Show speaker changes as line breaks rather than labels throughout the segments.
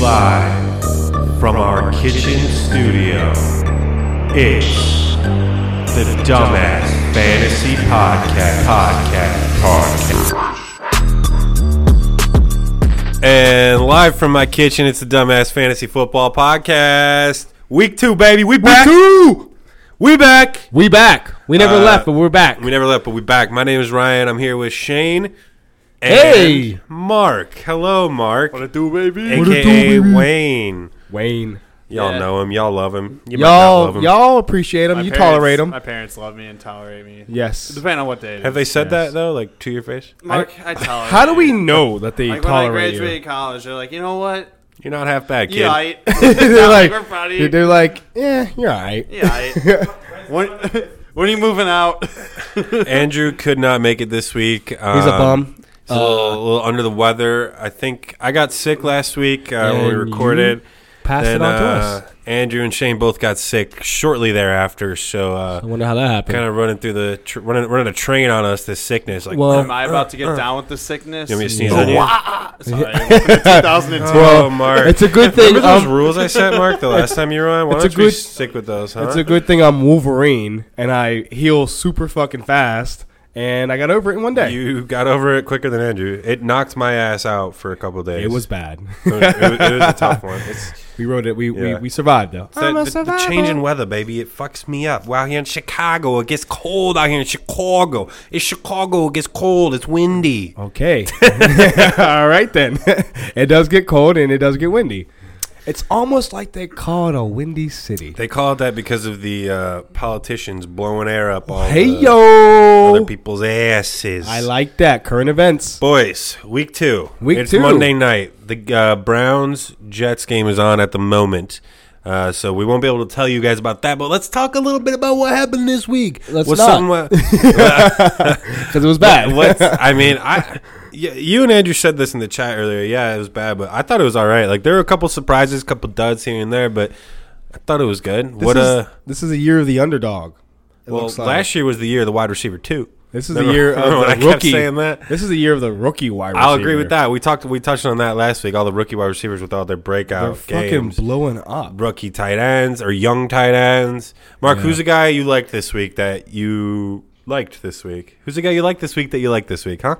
live from our kitchen studio. It's the Dumbass Fantasy Podcast. Podcast. Podcast. And live from my kitchen, it's the Dumbass Fantasy Football Podcast. Week two, baby. We back. two. We back.
We back. We never
Uh,
left, but we're back.
We never left, but we back. My name is Ryan. I'm here with Shane. And
Hey.
Mark. Hello, Mark.
do, baby?
AKA Wayne.
Wayne.
Y'all
Yeah.
know him. Y'all love him. You might not love
Y'all,
him.
y'all appreciate him.
My
you
parents-
tolerate him.
My parents love me and tolerate me.
yes.
Depending on what day. it
Have
is.
they said
Yes.
that though, like to your face?
Mark, I, tolerate.
How do we
you.
know that they
Like when I
tolerate
graduated
you?
college, they're like, you know what?
You're not half bad, kid.
Yeah, I.
they're like,
we're proud of you.
they're like, yeah, you're all right.
Yeah, I. when, when are you moving out?
Andrew could not make it this week. Um,
He's a bum.
He's a, little, a little under the weather. I think I got sick last week uh, when we
And
recorded.
you Pass
Then,
it on to
uh,
us.
Andrew and Shane both got sick shortly thereafter. So uh,
I wonder how that happened.
kind of running through the tr- running, running a train on us. This sickness, like
Well-
Am I about to get down with the sickness?
you want me to sneeze
Yeah.
on you?
Sorry, 2002.
Oh, Mark.
it's a good thing.
Remember those
I'm-
rules I set, Mark, the last time you were on? Why
it's a
don't you
good-
stick with those, huh?
It's a good thing I'm Wolverine and I heal super fucking fast, and I got over it in one day.
You got over it quicker than Andrew. It knocked my ass out for a couple days.
it was bad.
it was, it was a tough one. It's
we wrote it. We, we,
Yeah.
we survived though.
the, the, the change in weather, baby, it fucks me up. We're out here in Chicago. It gets cold out here in Chicago. It's Chicago. It gets cold. It's windy.
Okay. All right then. it does get cold and it does get windy. It's almost like they call it a windy city.
They call it that because of the uh, politicians blowing air up all
Hey
the other
yo.
people's asses.
I like that. Current events.
Boys, week two.
Week
it's
two.
Monday night. The uh, Browns Jets game is on at the moment. Uh, so we won't be able to tell you guys about that, but let's talk a little bit about what happened this week.
Let's
What's
not.
something what-
Because it was bad.
what's- I mean, I y- you and Andrew said this in the chat earlier. Yeah, it was bad, but I thought it was all right. Like there were a couple surprises, a couple duds here and there, but I thought it was good.
This
what
is-
uh
this is a year of the underdog. it
well,
looks like.
last year was the year of the wide receiver too.
This is
Remember-
the year of
remember
the
when I
rookie.
kept saying that?
This is the year of the rookie wide receiver.
I'll agree with that. We talked. We touched on that last week. All the rookie wide receivers with all their
They're
breakout
fucking
games.
blowing up.
rookie tight ends or young tight ends. Mark, who's the guy you liked this week that you liked this week? Who's the guy you liked this week that you liked this week? Huh?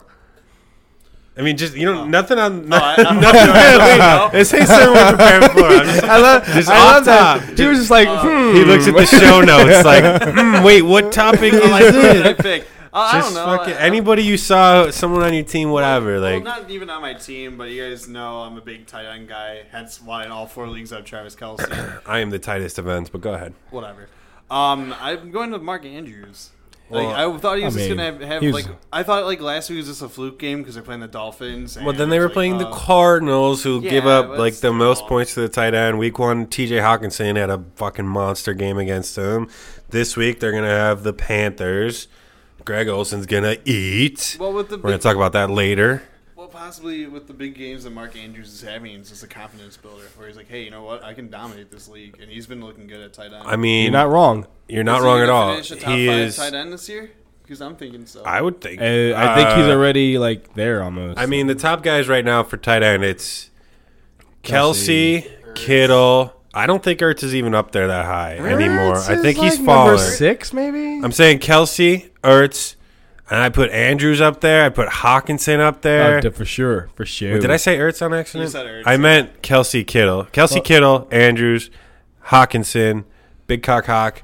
I mean, just you know, nothing on.
Oh. I- I-
nothing. on- It's his sermon we're preparing for. I'm just-
I love,
Just
I love
off
that.
top.
He was just like, hmm.
he looks at the show notes like, "Hmm, wait, what topic is
I'm like, who did I
it?
pick? Oh,
Just
I don't know.
fucking
I-
anybody you saw, someone on your team, whatever.
Well,
Like,
not even on my team, but you guys know I'm a big tight end guy. Hence why in all four leagues I have Travis Kelsey.
I am the tightest of ends, but go ahead.
Whatever. Um, I'm going with Mark Andrews. Like
Well,
I thought he was
I
just
mean,
gonna have, have
he was-
like I thought like last week was just a fluke game because they're playing the Dolphins. And
Well, then they
it's
were
like,
playing the
uh,
Cardinals, who give
yeah,
up
but
like the
still.
most points to the tight end. Week one, T.J. Hawkinson had a fucking monster game against them. This week, they're gonna have the Panthers. Greg Olson's gonna eat.
Well, with the
we're gonna
big,
talk about that later.
well, possibly with the big games that Mark Andrews is having, it's just a confidence builder where he's like, hey, you know what, I can dominate this league, and he's been looking good at tight end.
I mean,
You're not wrong.
you're not
Is he
wrong at
gonna
all.
finish a top
He
five
is.
tight end this year because I'm thinking so.
I would think.
Uh, I think he's
Uh,
already like there almost.
I mean, the top guys right now for tight end, it's Kelsey,
Kelsey,
Kittle. I don't think Ertz is even up there that high anymore. I
Ertz
think
is,
he's
like,
falling.
Number six, maybe.
I'm saying Kelsey, Ertz, and I put Andrews up there. I put Hawkinson up there.
Oh, d- for sure, for sure.
Did I say Ertz on accident?
You said Ertz.
I meant Kelsey Kittle. Kelsey
Well-
Kittle, Andrews, Hawkinson, Big Cock Hawk,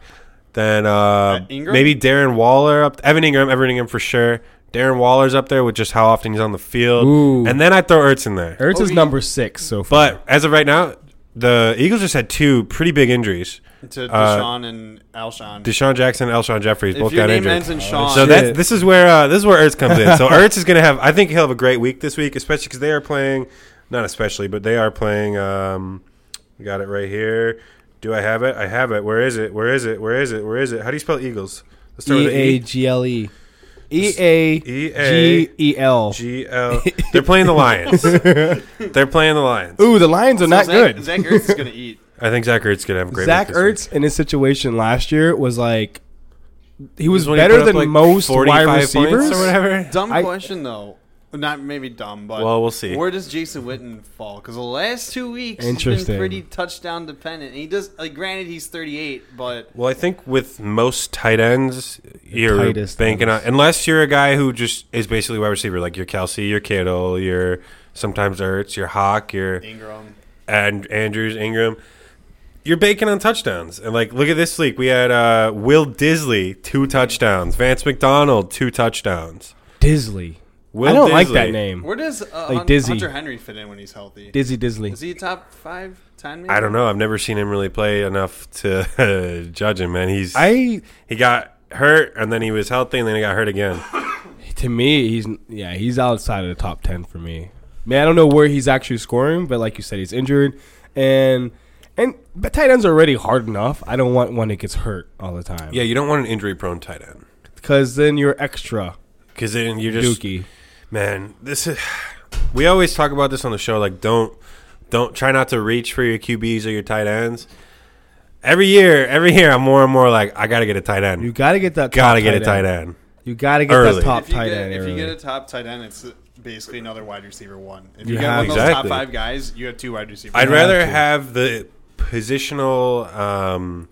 then uh,
Ingram?
maybe Darren Waller up. Evan Ingram, Evan Ingram for sure. Darren Waller's up there with just how often he's on the field,
Ooh.
and then I throw Ertz in there.
Ertz
Oh,
is
he-
number six so far.
But as of right now, the Eagles just had two pretty big injuries:
to
uh,
Deshaun and Alshon.
Deshaun Jackson, Elshon Jeffries,
if
both
your
got
name
injured.
ends in Sean,
So
Oh, Shit.
that's this is where uh, this is where Ertz comes in. So Ertz is going to have. I think he'll have a great week this week, especially because they are playing. Not especially, but they are playing. Um, we got it right here. Do I have it? I have it. Where is it? Where is it? Where is it? Where is it? How do you spell Eagles? Let's
E
an
A G L E. E A G E L.
G L. They're playing the Lions. They're playing the Lions.
Ooh, the Lions are
So
not
Zach,
good.
Zach Ertz is gonna eat.
I think Zach Ertz could have a great.
Zach
week this week.
Ertz in his situation last year was like he was
When he
better
put up,
than
like,
most wide
45 points
receivers.
or whatever.
Dumb
I-
question though. Not maybe dumb, but
Well, we'll see.
Where does Jason Witten fall? Because the last two weeks he's
Interesting.
been pretty touchdown dependent, and he does. Like, granted, he's 38, but
Well, I think with most tight ends, you're
tightest
banking
ones.
on unless you're a guy who just is basically wide receiver, like your Kelsey, your Kittle, your sometimes Ertz, your Hawk, your
Ingram.
and Andrews, Ingram. You're banking on touchdowns, and like look at this week, we had uh, Will Disley two touchdowns, Vance McDonald two touchdowns.
Disley.
Will
I don't like that
Disley.
name.
Where does uh,
Like
Hun-
Dizzy.
Hunter Henry fit in when he's healthy?
Dizzy Disley.
Is he a top five, ten? Maybe?
I don't know. I've never seen him really play enough to judge him, man. He's
I
he got hurt, and then he was healthy, and then he got hurt again.
to me he's yeah he's outside of the top ten for me. Man, I don't know where he's actually scoring, but like you said, he's injured, and and but tight ends are already hard enough. I don't want one that gets hurt all the time.
Yeah, you don't want an injury-prone tight end
because then you're extra
because then you're just
dookie.
man. This is we always talk about this on the show. Like, don't don't try not to reach for your QBs or your tight ends. Every year, every year, I'm more and more like I gotta get a tight end.
You gotta get that. top
gotta get a tight
end.
end.
You gotta get
Early.
that top
if you
tight
get,
end.
If you
early.
get a top tight end, it's basically another wide receiver one. If
You
you,
have-
got one of those
Exactly.
top five guys, you have two wide receivers.
I'd
have
rather
to.
have the positional. Um,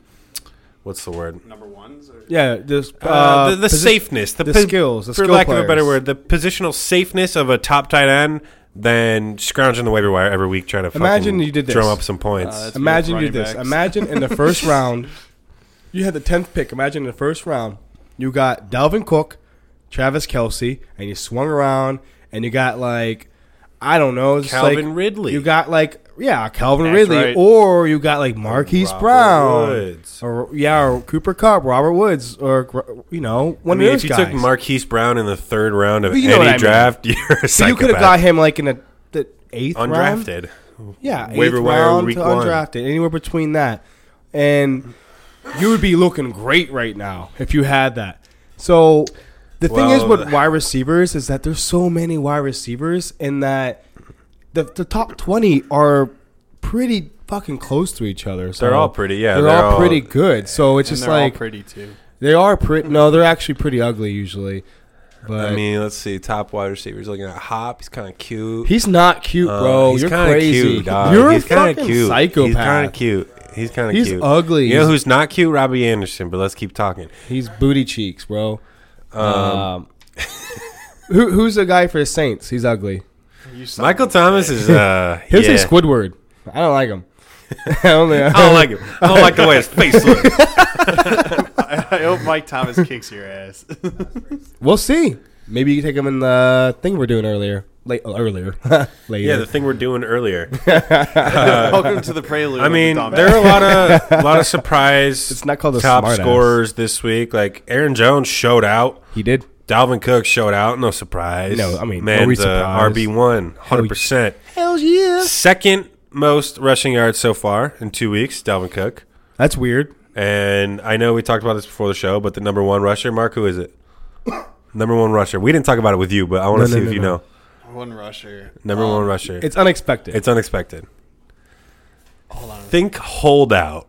what's the word?
number ones. Or
yeah, this,
Uh, the, the
posi-
safeness, the,
the
pos-
skills, the
for
skill
lack of a better
players.
word, the positional safeness of a top tight end than scrounging the waiver wire every week trying to
Imagine
fucking
you did this.
drum up some points.
Uh, that's-
Imagine you
Running
this.
backs.
Imagine in the first round, you had the tenth pick. Imagine in the first round, you got Dalvin Cook, Travis Kelsey, and you swung around and you got like, I don't know, it's like-
Calvin Ridley.
You got like, yeah, Calvin
That's
Ridley,
right.
or you got like Marquise
Robert
Brown,
Woods.
or yeah, or Cooper Cup, Robert Woods, or you know,
I
one
mean,
of
if
those
you
guys.
took Marquise Brown in the third round of
You know what
any
I mean.
draft, you're a
so you could have got him like in the, the eighth round.
undrafted.
Yeah, eighth
Waiver wire
round
week
to
one.
undrafted, anywhere between that, and you would be looking great right now if you had that. So the thing is
Well,
with
the-
wide receivers is that there's so many wide receivers, and that the the top twenty are pretty fucking close to each other. So
They're all pretty, yeah,
they're,
they're
all,
all-
pretty good. So it's
and
just
they're all
like
pretty too.
they are pretty. No, they're actually pretty ugly usually. But
I mean, let's see. Top wide receivers looking at Hop. He's kind of cute.
he's not cute,
Uh,
bro.
he's
You're
kinda
crazy.
Cute, dog.
You're
he's
a
kinda
fucking
cute.
psychopath.
He's kind of cute. He's kind of
He's
cute.
ugly.
You know
He's-
who's not cute? Robbie Anderson. But let's keep talking.
He's booty cheeks, bro. Um, who who's the guy for the Saints? He's ugly.
You suck.
Michael Thomas is. uh
He'll
yeah.
say Squidward. I don't like him. I don't like-
I don't like him. I don't like the way his face looks.
I, I hope Mike Thomas kicks your ass.
we'll see. Maybe you can take him in the thing we're doing earlier. Late earlier. uh, Later.
yeah, the thing we're doing earlier.
Welcome to the prelude.
I
of the
mean,
dumbass.
there are a lot of a lot of surprise.
It's not called a
top
smartass.
scorers this week. Like Aaron Jones showed out.
he did.
Dalvin Cook showed out. No surprise.
No, I mean,
man,
are we surprised?
RB one, hundred percent.
Hell yeah.
Second most rushing yards so far in two weeks. Dalvin Cook.
That's weird.
And I know we talked about this before the show, but the number one rusher, Mark, who is it? number one rusher. We didn't talk about it with you, but I want
No,
to
no,
see
no,
if you
no.
know.
one rusher.
Number
Um,
one rusher. It's
It's unexpected.
it's unexpected.
Hold on.
Think holdout.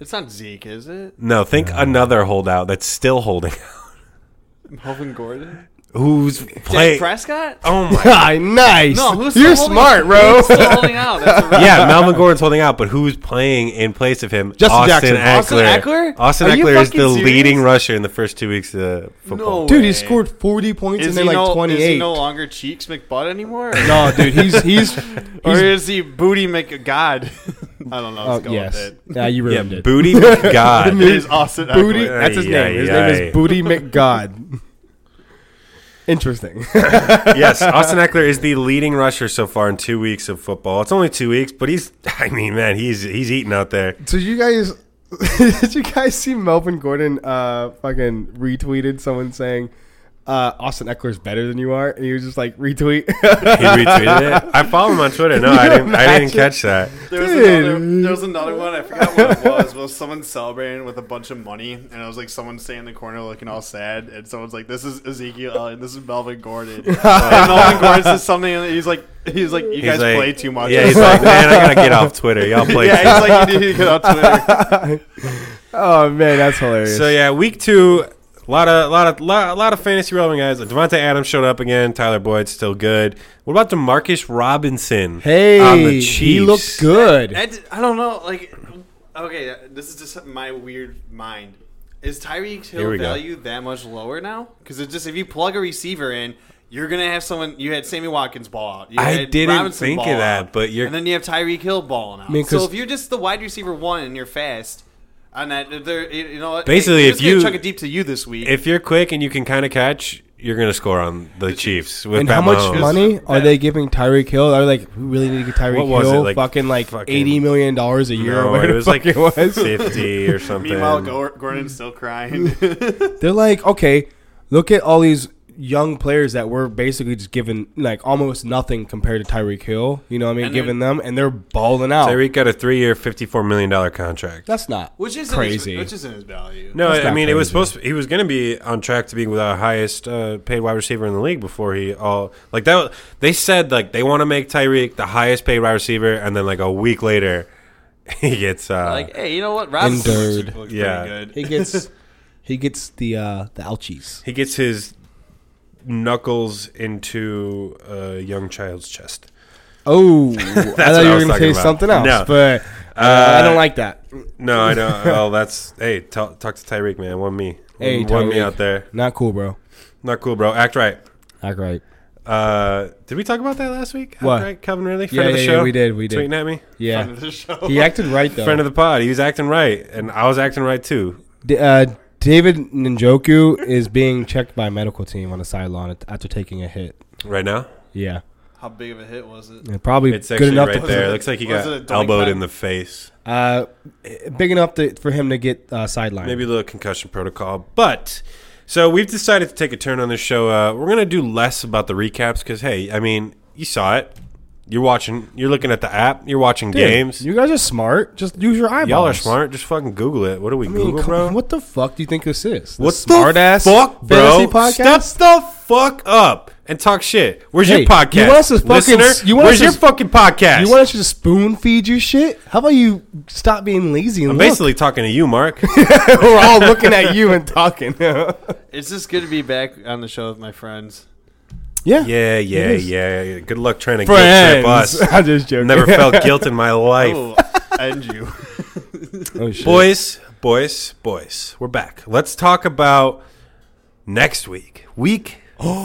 It's not Zeke, is it?
No, think another holdout that's still holding. out.
Melvin Gordon.
Who's
Dak
playing?
Prescott.
Oh my
Ah, nice.
No, who's
You're
still holding-
smart, bro.
who's still holding out. That's a real-
yeah, Melvin Gordon's holding out, but who's playing in place of him?
Justin
Austin
Jackson.
Austin
Eckler.
Eckler?
Austin
Are you
Eckler is
fucking
the
serious?
leading rusher in the first two weeks of football.
No
Dude,
way.
he scored 40 points
Is
and
he,
then like
no,
28.
is he no longer Cheeks McButt anymore?
no, dude, he's he's,
or
he's-
is he Booty McGod? I don't know.
oh,
Let's go
yes.
with it.
Yeah, you
Yeah,
ruined it.
booty God.
It is Austin Eckler.
Booty. That's his
Ay,
name. His
ay,
name
ay.
is Booty McGod. Interesting.
yes, Austin Eckler is the leading rusher so far in two weeks of football. It's only two weeks, but he's. I mean, man, he's he's eating out there.
so you guys, did you guys see Melvin Gordon uh, fucking retweeted someone saying uh, Austin Eckler's better than you are, and he was just like retweet.
He retweeted it. I follow him on Twitter. No, I
you
didn't. I didn't
imagine?
catch that.
There was,
Dude.
another, there was another one. I forgot what it was. But it was someone celebrating with a bunch of money, and it was like someone standing in the corner looking all sad, and someone's like, "This is Ezekiel Elliott. This is Melvin Gordon." and Melvin Gordon says something, and he's like, "He's like, you
He's
guys
like-
play too much."
Yeah, he's like, man, I gotta get off Twitter. Y'all play.
yeah,
too
he's like, you need to get on Twitter.
oh man, that's hilarious.
So yeah, week two A lot of, lot of, lot, lot of fantasy relevant guys. Devonte Adams showed up again. Tyler Boyd's still good. What about Demarcus Robinson?
Hey,
on the
he
Chiefs?
looked good.
I, d- I don't know. Like, okay, uh, this is just my weird mind. Is Tyreek
Here
Hill
we go.
value that much lower now? Because it's just if you plug a receiver in, you're gonna have someone. You had Sammy Watkins ball out. You
I
had
didn't think of
ball
that,
out,
but you're-
and then you have Tyreek Hill balling out.
mean, 'cause-
so if you're just the wide receiver one and you're fast. On that, there, you know what?
Basically,
we're
if
just gonna
you-
chuck it deep to you this week,
If you're quick and you can kind of catch, you're going to score on the Chiefs. With
and
Pat
how much
Mahomes.
money are
That-
they giving Tyreek Hill? Are like, we really need to get Tyreek
What was
Hill
it, like,
fucking like
fucking-
eighty million dollars a year. or
No,
whatever
it
the
was
fuck
like
it was.
fifty or something.
meanwhile Gor- Gordon's still crying.
They're like, okay, look at all these young players that were basically just given like almost nothing compared to Tyreek Hill. You know what I mean?
And
giving them, and they're balling out.
Tyreek got a three-year, fifty-four million dollar contract.
That's not
which isn't
crazy.
His, which isn't his value.
No,
That's
I
not
mean it was
crazy.
supposed. he was going to be on track to be our highest uh, paid wide receiver in the league before he all like that. was- They said like they want to make Tyreek the highest paid wide receiver, and then like a week later, he gets uh,
like hey, you know what? Robinson
Endured.
looks, looks
Yeah.
pretty good.
he gets he gets the uh the ouchies.
he gets his knuckles into a young child's chest.
Oh, I
what
thought you
I
were
was
gonna
talking
say
about.
something else,
No.
but uh, I don't like that.
No, I don't. well, that's hey, tell talk to Tyreek, man. One me,
Hey,
one me
Tyreek.
out there.
Not cool, bro.
Not cool, bro. Act right.
Not great.
Uh, did we talk about that last week? Act
What?
right, Calvin Ridley?
Yeah,
Friend of the
yeah,
show?
yeah, we did, we did.
Tweeting at me.
Friend
Yeah,
of the show.
he acted right though.
Friend of the pod. He was acting right, and I was acting right too.
D- uh, David Njoku is being checked by a medical team on the sideline at- after taking a hit.
Right now,
Yeah,
How big of a hit was it?
and probably
it's
good
actually
enough.
right
to,
there.
Was it-
looks like he
was
got
it a doink
elbowed
back?
in the face.
Uh, big enough to, for him to get uh, sidelined.
Maybe a little concussion protocol, but. So we've decided to take a turn on this show. Uh, we're gonna do less about the recaps because, hey, I mean, you saw it. You're watching. You're looking at the app. You're watching
Dude,
games.
You guys are smart. Just use your eyeballs.
Y'all are smart. Just fucking Google it. What do we
I mean,
Google,
come
bro?
on, What the fuck do you think this is? The
What
smart
the
ass
fuck, bro?
fantasy podcast?
Step the fuck up and talk shit. Where's
Hey,
your podcast,
you want us to fucking-
listener?
you want
Where's
us to-
your fucking podcast?
You want us to just spoon feed you shit? How about you stop being lazy and
I'm
look?
basically talking to you, Mark.
We're all looking at you and talking. yeah,
It's just good to be back on the show with my friends.
yeah, yeah,
is.
yeah. Good luck trying to guilt trip
friends.
us.
I'm just joking.
Never felt guilt in my life,
Oh, and you.
Oh, shit.
boys, boys, boys. We're back. Let's talk about next week, week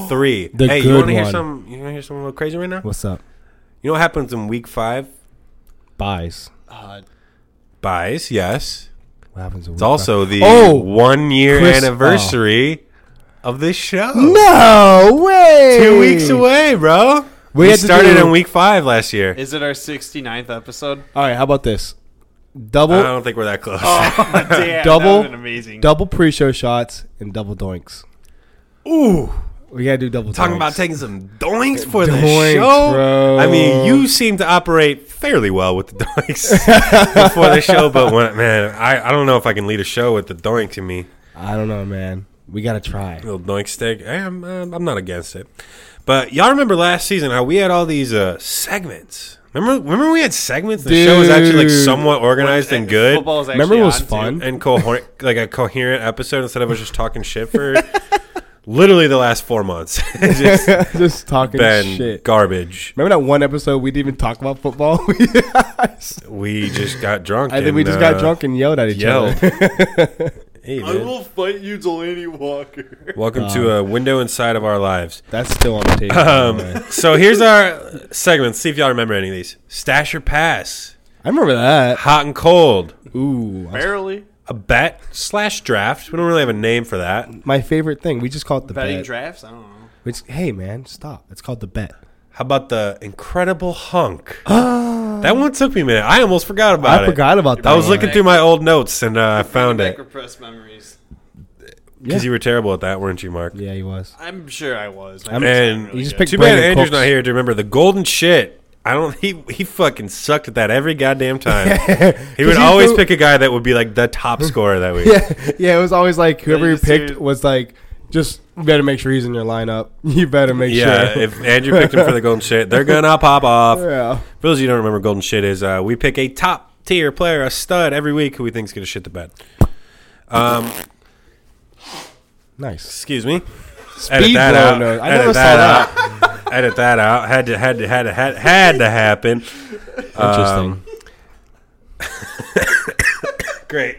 three.
The
hey, you
good
wanna hear
one.
some? You want to hear something a little crazy right now?
What's up?
You know what happens in week five?
Buys.
Uh,
Buys, yes.
What happens?
It's also the
Oh!
one year
Chris- oh.
anniversary of this show.
no way.
Two weeks away, bro.
We
We,
had to
started
do-
in week five last year.
is it our 69th episode?
All right. How about this?
I
Double,
don't think we're that close.
Oh,
Oh.
damn. that
Double-
would've been amazing.
double pre-show shots and double doinks.
Ooh,
We gotta do double.
talking
doinks.
about taking some doinks for the
Doinks,
show.
bro.
I mean, you seem to operate fairly well with the doinks before the show, but when, man, I, I don't know if I can lead a show with the doink in me.
I don't know, man. We gotta try.
little doink stick. I am, uh, I'm not against it. But y'all remember last season how we had all these uh, segments. Remember, remember we had segments. The show was actually like
Dude.
somewhat organized and good,
Football is actually
Remember it was
on, too.
fun?
and coherent, like a coherent episode instead of us just talking shit for literally the last four months. It's just
Just talking
been
shit.
garbage.
Remember that one episode we didn't even talk about football?
We just got drunk.
I think
and,
we just
uh,
got drunk and yelled at each
Yelled.
other.
Hey,
I
man.
will fight you, Delaney Walker.
Welcome to
Uh,
a window inside of our lives.
That's still on the table.
Um,
by the way.
so here's our segments. See if y'all remember any of these. Stash or pass.
I remember that.
Hot and cold.
Ooh,
Barely.
a bet slash draft. We don't really have a name for that.
my favorite thing. We just call it the
Betting
bet.
drafts? I don't know.
Which, hey, man, stop. It's called the bet.
How about the incredible hunk? that one took me a minute. I almost forgot about
I
it.
forgot about that.
I was
one.
looking through my old notes and uh, I found
Back
it
repressed memories.
because
Yeah.
you were terrible at that, weren't you, Mark?
Yeah, he was.
I'm sure I was.
I'm-
And
You just
good.
picked
Too bad
Brandon
Andrew's
Cooks.
not here to remember the golden shit. I don't. He he fucking sucked at that every goddamn time. he would
he
always
go-
pick a guy that would be like the top scorer that week.
Yeah, yeah. It was always like whoever
you
you
just
picked
hear-
was like, just you better make sure he's in your lineup. You better make
Yeah,
sure.
if Andrew picked him for the golden shit, they're gonna pop off.
yeah.
For those of you who don't remember, Golden Shit is uh, we pick a top tier player, a stud every week who we think is going to shit the bed. Um,
Nice.
Excuse me.
Speed blow nose. I never saw
out. edit that out. Had to had to had to had, had to happen.
Interesting.
Great.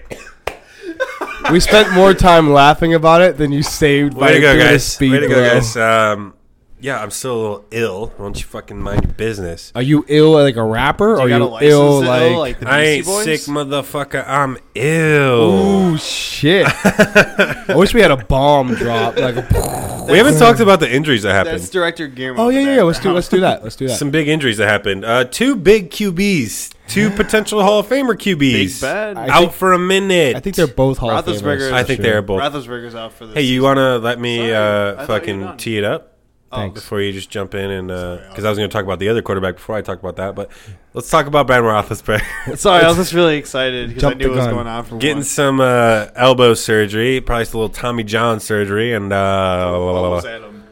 we spent more time laughing about it than you saved by
Um, Way to go,
doing a
guys.
speed
Way to go,
blow.
guys. Um, yeah, I'm still a little ill. Why don't you fucking mind your business?
Are you ill like a rapper? or
got
are Oh, you
a license
ill
to
like?
ill, like Uh, the
I
Beastie
ain't
Boys?
sick, motherfucker. I'm ill.
Ooh shit! I wish we had a bomb drop. Like, a,
We haven't talked about the injuries that
That's
happened.
director Guillermo.
oh yeah, yeah, yeah. Let's do,
Now,
let's do that. Let's do that.
Some big injuries that happened. Uh, two big QBs, two potential Hall of Famer QBs.
Big bad.
I-
Out
think-
for a minute.
I think they're both Hall of
Roethlisberger-
Famers.
I think
for
they're
sure.
both.
Roethlisberger's out for this.
Hey, you want to let me
Sorry, I thought
uh,
you were
fucking
done. Oh.
tee it up
Thanks.
before you just jump in and because I was going to talk about the other quarterback before I talk about that, but let's talk about Ben Roethlisberger
Sorry, I was just really excited because I
Jumped
knew
the
what was
gun.
going on for
getting
once.
some uh, elbow surgery, probably some little Tommy John surgery, and uh,
Almost at him.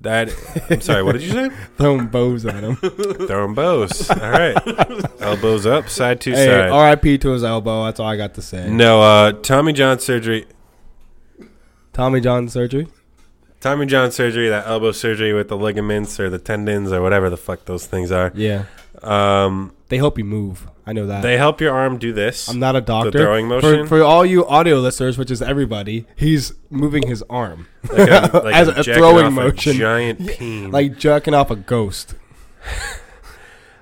that. I'm sorry, what did you say?
throwing bows at him.
Throwing bows. All right, elbows up, side to
hey,
side.
R.I.P. to his elbow. That's all I got to say.
No, uh, Tommy John surgery.
Tommy John surgery.
Tommy John surgery, that elbow surgery with the ligaments or the tendons or whatever the fuck those things are.
Yeah,
Um,
they help you move. I know that.
they help your arm do this.
I'm not a doctor.
throwing
For-
motion?
For, all you audio listeners, which is everybody, he's moving his arm
like a, like
As
I'm
a
jacking
throwing
off
motion.
A giant peen.
like jerking off a ghost.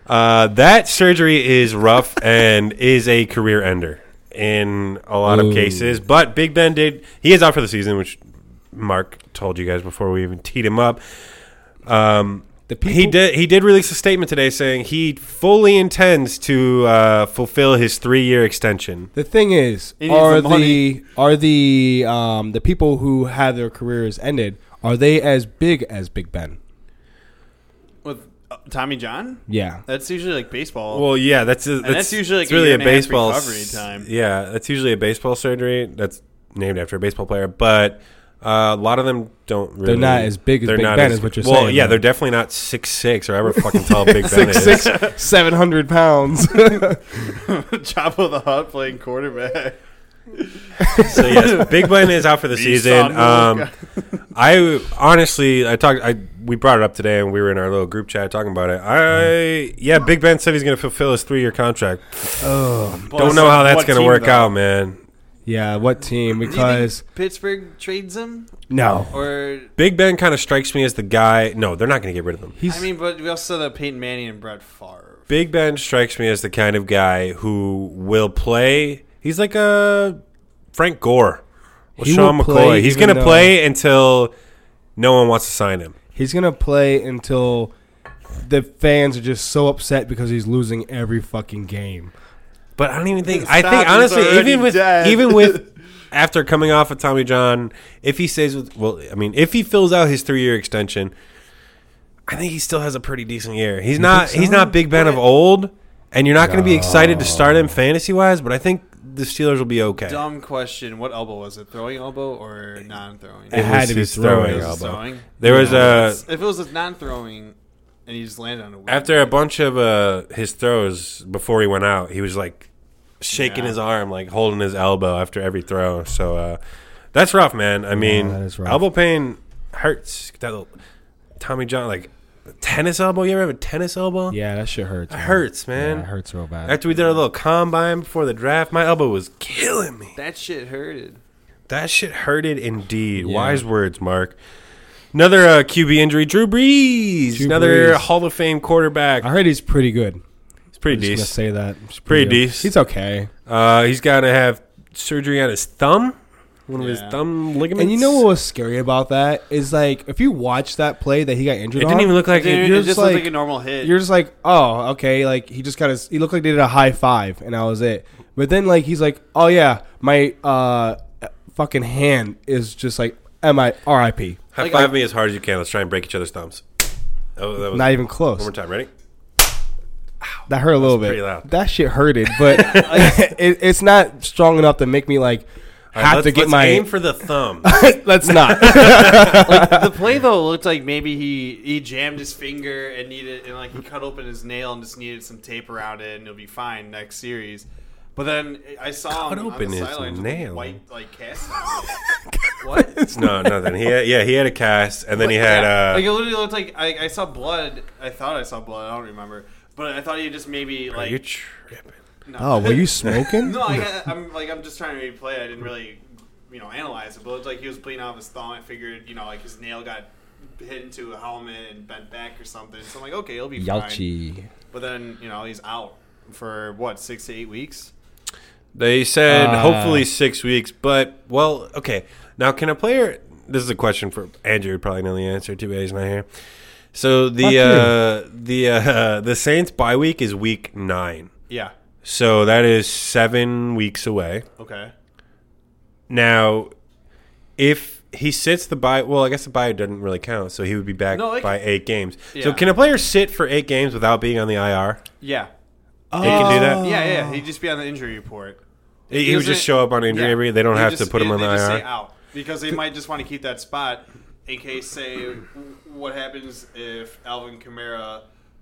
uh, that surgery is rough and is a career ender in a lot
Ooh.
of cases. But Big Ben did. He is out for the season, which Mark told you guys before we even teed him up. Um,
The people,
he did. He did release a statement today saying he fully intends to uh, fulfill his three-year extension.
The thing is,
He needs
are
the money.
the are the um, the people who had their careers ended are they as big as Big Ben?
with uh, Tommy John.
Yeah,
That's usually like baseball.
Well, yeah, that's a, that's,
that's usually, like,
it's
a
really
year
a
and a half
baseball
recovery
s-
time.
Yeah, that's usually a baseball surgery that's named after a baseball player, but uh, a lot of them don't really.
not as big as
they're
Big
not
Ben is what you're
well,
saying,
yeah,
though.
they're definitely not six six or ever fucking tall Big Ben is.
six seven hundred pounds.
Chapel the Hutt playing quarterback.
So yes, Big Ben is out for the
Beast
season.
on the
Um, I honestly, I talked. I we brought it up today, and we were in our little group chat talking about it.
Mm-hmm.
I yeah, Big Ben said he's going to fulfill his three year contract.
oh,
Don't know how that's going to work out, man.
yeah. What team? Because
Pittsburgh trades him,
no,
or
Big Ben kind of strikes me as the guy. No, they're not going to get rid of him.
he's
I mean, but we also saw that Peyton Manning and Brett Favre.
Big Ben strikes me as the kind of guy who will play. He's like a Frank Gore, or
He
Sean
will
McCoy.
play
he's
even
going to
though-
play until no one wants to sign him.
he's gonna play until the fans are just so upset because he's losing every fucking game.
But I don't even think.
Stop,
I think
he's
honestly,
already
even with
dead.
even with after coming off of Tommy John, if he stays with well, I mean, if he fills out his three year extension, I think he still has a pretty decent year. He's not
think
he's
so?
not Big Ben of old, and you're not going to be excited to
No.
start him fantasy wise. But I think the Steelers will be okay.
Dumb question. What elbow was it? Throwing elbow or non-throwing?
It had
was
to be
his
throwing.
throwing
It was
elbow.
throwing.
There was a-
if it was a non-throwing, and he just landed on a.
After a bunch of uh, his throws before he went out, he was like shaking
Yeah.
his arm, like holding his elbow after every throw. So uh, that's rough, man. I mean,
that is rough.
elbow pain hurts. That little Tommy John, like tennis elbow. You ever have a tennis elbow?
Yeah, that shit hurts.
it
man.
hurts,
Yeah,
man.
it hurts real bad.
After we did our little combine before the draft, my elbow was killing me.
that shit hurted.
That shit hurted indeed.
Yeah.
Wise words, Mark. Another uh, QB injury, Drew Brees.
Drew
Another
Brees.
Hall of Fame quarterback.
I heard he's pretty good.
It's pretty
Just gonna
decent.
say that. He's
Pretty
good.
decent.
He's okay.
Uh, he's got to have surgery on his thumb, one of
Yeah.
his thumb ligaments.
And you know what was scary about that is like if you watch that play that he got injured
It
on,
didn't even look like
Dude,
it.
you're
it
just
just looked
like-
like a normal hit.
you're just like, oh, okay, like he just got his. He looked like they did a high five, and that was it. But then like he's like, oh yeah, my uh fucking hand is just like, am I R.I.P.
High
Like,
five
I-
me as hard as you can. Let's try and break each other's thumbs. Oh, that was
Not even
one
close.
more time. Ready?
That hurt a little bit.
pretty loud.
That shit hurted, but it, it's not strong enough to make me like
All right,
have
let's-
to get
let's
my.
aim for the thumb.
let's not.
the play though looked like maybe he he jammed his finger and needed and like he cut open his nail and just needed some tape around it and he'll be fine next series. But then I saw
Cut
him
open
on the
his
sidelines with
nail.
white like cast. What?
No, nothing. He had, yeah, he had a cast, and then he had
Yeah.
uh,
like it literally looked like I, I saw blood. I thought I saw blood. I don't remember, but I thought he just maybe
are
like.
you tripping?
no.
Oh, were you smoking?
no, I, I'm like I'm just trying to replay. it. I didn't really, you know, analyze it, but it was like he was bleeding out of his thumb. I figured, you know, like his nail got hit into a helmet and bent back or something. So I'm like, okay, he'll be fine.
Yelchi.
But then you know he's out for what six to eight weeks.
They said
Uh,
hopefully six weeks, but well, okay. Now, can a player? This is a question for Andrew. would Probably know the answer to, but he's not here. So
Fuck
the
you.
uh, the uh, the Saints bye week is week nine,
Yeah.
so that is seven weeks away.
Okay.
Now, if he sits the bye, well, I guess the bye doesn't really count, so he would be back
No, it
by
can-
eight games.
Yeah.
So, can a player sit for eight games without being on the IR?
Yeah.
They can do that.
Oh. Yeah, yeah. He'd just be on the injury report.
Oh. He, he would just
doesn't-
show up on injury.
Yeah.
every- They don't
You
have to
just-
put him
they-
on the
they just say
IR.
out because they might just want to keep that spot in case, say, what happens if Alvin Kamara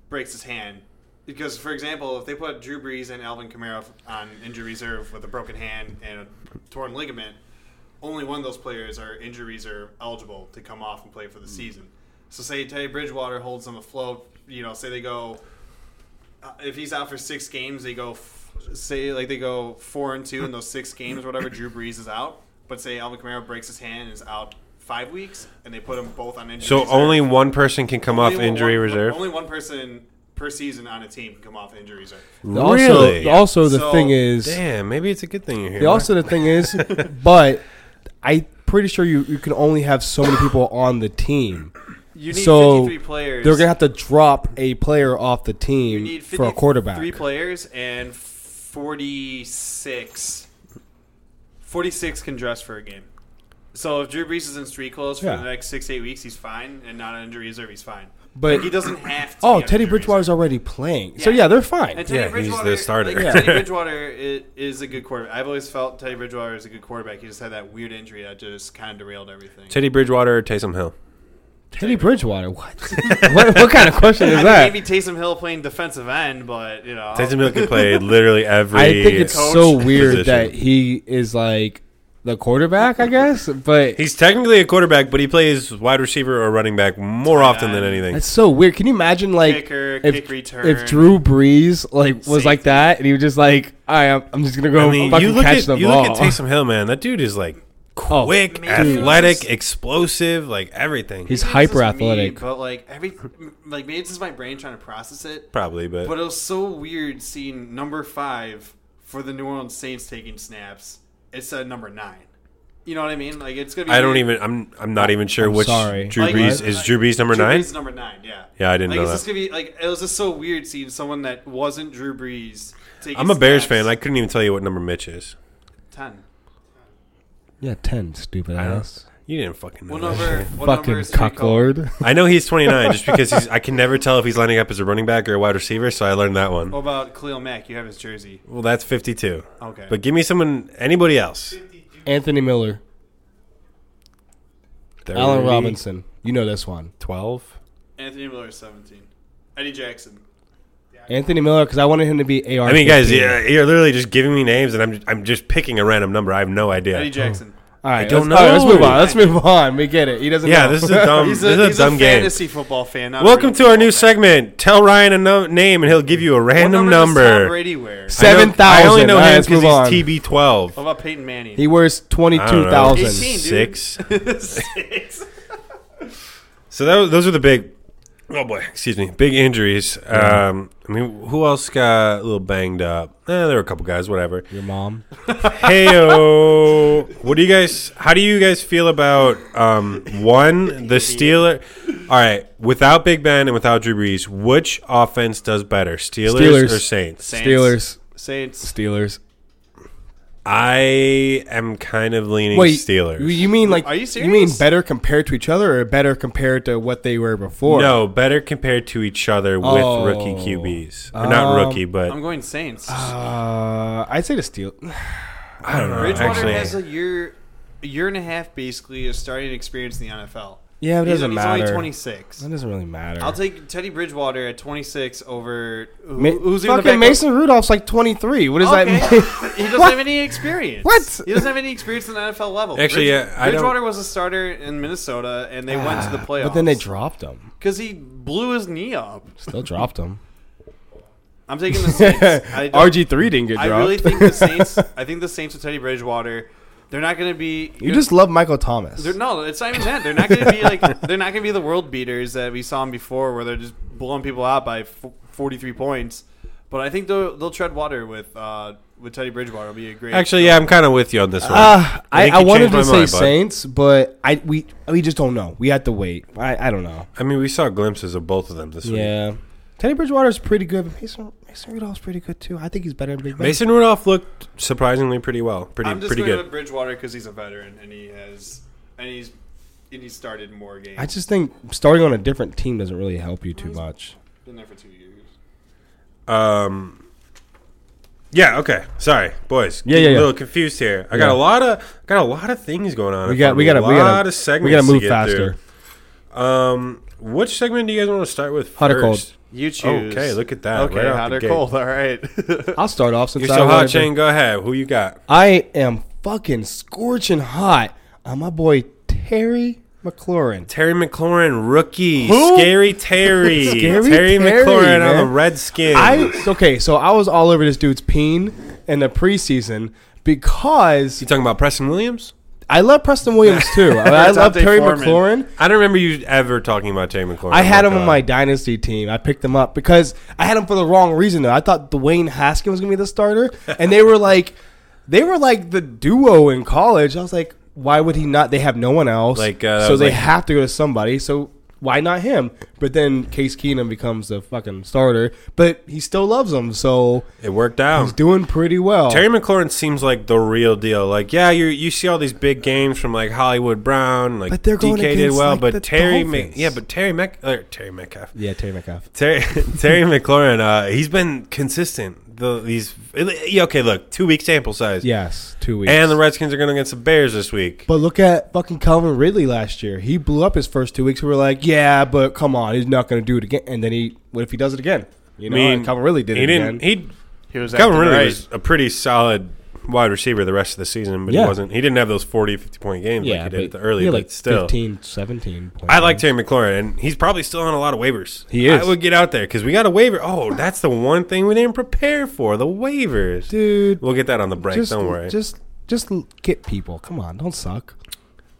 breaks his hand. Because, for example, if they put Drew Brees and Alvin Kamara on injury reserve with a broken hand and a torn ligament, only one of those players are injuries are eligible to come off and play for the
Hmm.
season. So, say Teddy Bridgewater holds them afloat. You know, say they go uh, if he's out for six games, they go f- say like they go four and two in those six games, or whatever. Drew Brees is out, but say Alvin Kamara breaks his hand and is out five weeks, and they put them both on injury.
So
reserve.
only one person can come off
Only
injury
one-
reserve.
Only one person per season on a team can come off injury reserve.
really?
Also, also the
So-
thing is,
Damn, maybe it's a good thing you're here.
the, also the thing is, but I pretty sure you, you can only have so many people on the team.
You need
need So,
53
53
players.
They're gonna have to drop a player off the team
need
for a quarterback.
Three players and 46. 46 can dress for a game. So if Drew Brees is in street clothes for
Yeah.
the next six eight weeks, he's fine, and not on injury reserve, he's fine.
But-
Like, he doesn't have to.
oh,
be on
Teddy
injury reserve.
Bridgewater's already playing, so
Yeah.
yeah, they're fine.
And Teddy
Yeah, he's the
Bridgewater-
starter.
like,
Yeah.
Teddy Bridgewater i- is a good quarterback. I've always felt Teddy Bridgewater is a good quarterback. He just had that weird injury that just kind of derailed everything.
Teddy Bridgewater or Taysom Hill?
Teddy Bridgewater, what? what? What kind of question
I
is
mean,
that?
maybe Taysom Hill playing defensive end, but you know,
Taysom Hill can play literally every.
I think it's
coach
so weird that
position.
he is like the quarterback, I guess. But
He's technically a quarterback, but he plays wide receiver or running back more often than anything.
That's so weird. Can you imagine like
Kicker,
if,
kick return.
if Drew Brees like was like
Safety.
that and he was just like, all right, I'm, I'm just gonna go
I mean,
fucking
you look
catch
at
the
you
ball.
look at Taysom Hill, man. That dude is like
Oh,
quick,
man.
athletic, explosive, like everything.
He's
Maybe it's
hyper
just me,
athletic.
but like every like maybe it's just my brain trying to process it.
probably, but,
But it was so weird seeing number five for the New Orleans Saints taking snaps instead of number nine. You know what I mean? Like it's gonna be.
I don't
weird.
even. I'm I'm not even sure
I'm
which
sorry.
Drew
Like,
Brees
uh,
is.
like,
Drew Brees number
Drew
nine.
Brees is number nine. Yeah.
Yeah, I didn't
like,
know
it's
that.
Just gonna be like it was just so weird seeing someone that wasn't Drew Brees. Taking
I'm a Bears
snaps.
fan. I couldn't even tell you what number Mitch is.
ten.
yeah, ten stupid ass.
You didn't fucking know.
What
that
number?
shit.
What
Fucking
number is Tariq Cohen?
cocklord.
I know he's 29 just because he's, I can never tell if he's lining up as a running back or a wide receiver, so I learned that one.
What about Khalil Mack? You have his jersey.
Well, that's 52.
Okay.
But give me someone, anybody else.
Anthony Miller, Allen Robinson. You know this one.
12.
Anthony Miller is seventeen. Eddie Jackson.
Anthony Miller, because I wanted him to be AR.
I mean, guys, yeah, you're literally just giving me names, and I'm just, I'm just picking a random number. I have no idea.
Eddie Jackson.
All right,
don't
let's, all right, let's
know.
move on. Let's move on. We get it. He doesn't.
Yeah,
know.
this is a dumb,
He's a,
this is a
he's
dumb
a
game.
fantasy football fan. not a
Welcome
real
to our new
football fan.
segment. Tell Ryan a no- name, and he'll give you a
What
random
number? does Tom
number.
Brady wear?
S-
I know-
7,000.
I only know
All right,
him
let's
because
move on.
he's TB12.
What about Peyton Manning?
He wears twenty
I don't
two
know.
thousand.
18, dude.
Six.
Six.
So that was, those are the big. Oh boy, excuse me. Big injuries. Um, I mean, who else got a little banged up? Eh, there were a couple guys. Whatever.
Your mom.
Heyo. what do you guys? How do you guys feel about um, one the Steeler? All right, without Big Ben and without Drew Brees, which offense does better, Steelers,
Steelers.
or Saints?
Saints.
Steelers.
Saints.
Steelers.
I am kind of leaning Steelers.
you- You mean like?
Are you
You mean
serious?
better compared to each other, or better compared to what they were before?
no, better compared to each other with
Oh.
rookie QBs. Or not
Um,
rookie,
I'm
but
going Saints.
Uh, I'd say the Steel.
I don't know.
Bridgewater
Actually,
has a year, a year and a half basically of starting experience in the NFL.
Yeah, it
He's-
doesn't
he's
matter.
only 26.
That doesn't really matter.
I'll take Teddy Bridgewater at 26 over who,
Ma-
who's even the
fucking
backup-
Mason Rudolph's like 23. What does that mean?
Okay. he doesn't
What?
have any experience.
What?
He doesn't have any experience in the NFL level.
Actually, yeah, I don't-
Bridgewater was a starter in Minnesota, and they went to the playoffs.
Ah, But then they dropped him.
because he blew his knee up.
Still dropped him.
I'm taking the Saints. I don't-
RG3 didn't get
I
dropped.
really think the Saints. I think the Saints with Teddy Bridgewater, they're not going to be.
you just love Michael Thomas.
They're, no, it's not even that. They're not going to be like. They're not going to be the world beaters that we saw them before, where they're just blowing people out by f- 43 points. But I think they'll they'll tread water with uh, with Teddy Bridgewater. It'll be a great.
Actually, yeah, I'm kind of with you on this one.
Uh, I,
think
I
you
wanted
changed my
to
mind,
say
bud.
Saints, but I we we just don't know. We had to wait. I, I don't know.
I mean, we saw glimpses of both of them this week.
Yeah, Teddy Bridgewater's pretty good. But Mason Mason Rudolph's pretty good too. I think he's better than Big Ben.
Mason Rudolph looked surprisingly pretty well. Pretty
I'm just
pretty
going
good.
with Bridgewater because he's a veteran and he has and he's and he started more games.
I just think starting on a different team doesn't really help you too much.
been there for two years.
Um, yeah. Okay. Sorry, boys.
Yeah,
Getting
yeah, yeah.
A little confused here. I got
Yeah.
a lot of got a lot of things going on.
We
in
got
front
we
of
got
me.
to
a
we got
lot of
to
segments.
we got to move
get
faster.
Through. Um, which segment do you guys want to start with
Hot or
first?
cold?
You choose.
Okay, look at that.
Okay,
right off
hot
the
or
gate.
cold? All right.
I'll start off since
You're
I
so hot,
wanted to-
Shane. Go ahead. Who you got?
I am fucking scorching hot on my boy Terry McLaurin.
Terry McLaurin, rookie.
Who?
Scary Terry.
Scary
Terry
Terry,
McLaurin on the
man.
Redskins.
I okay, so I was all over this dude's peen in the preseason because
You talking about Preston Williams?
I love Preston Williams too. I, mean, I love
Dante
Terry
Foreman.
McLaurin.
I don't remember you ever talking about Terry McLaurin.
I had
Oh
him on
God.
my dynasty team. I picked him up because I had him for the wrong reason. Though I thought Dwayne Haskins was gonna be the starter, and they were like, they were like the duo in college. I was like, why would he not? They have no one else,
Like, uh,
so they
like-
have to go to somebody. So why not him? But then Case Keenum becomes the fucking starter, but he still loves him, so
It worked out.
he's doing pretty well.
Terry McLaurin seems like the real deal. Like, yeah, you you see all these big games from like Hollywood Brown, like
But they're going
DK did
against,
well,
like,
but
the
Terry, Mc,
Dolphins.
yeah, but Terry Mc, or Terry Metcalf,
yeah, Terry McCaff.
Terry Terry McLaurin, uh, he's been consistent. The, these yeah, okay, look, two week sample size,
Yes, two weeks.
and the Redskins are going against the Bears this week.
But look at fucking Calvin Ridley last year. He blew up his first two weeks. We were like, yeah, but come on, he's not going to do it again. And then he, what if he does it again? You know, and Calvin Ridley did
he
it
didn't.
again.
He
he was
Calvin
acting
Ridley
right.
was a pretty solid wide receiver the rest of the season, but
Yeah.
he wasn't. He didn't have those 40, 50 point games like he did at the early.
yeah,
but
like
still,
15, 17.
I like Terry McLaurin, and he's probably still on a lot of waivers.
He is.
I would get out there because we got a waiver. Oh, that's the one thing we didn't prepare for the waivers.
dude.
We'll get that on the break.
just,
don't worry.
Just, just l- get people. Come on, don't suck.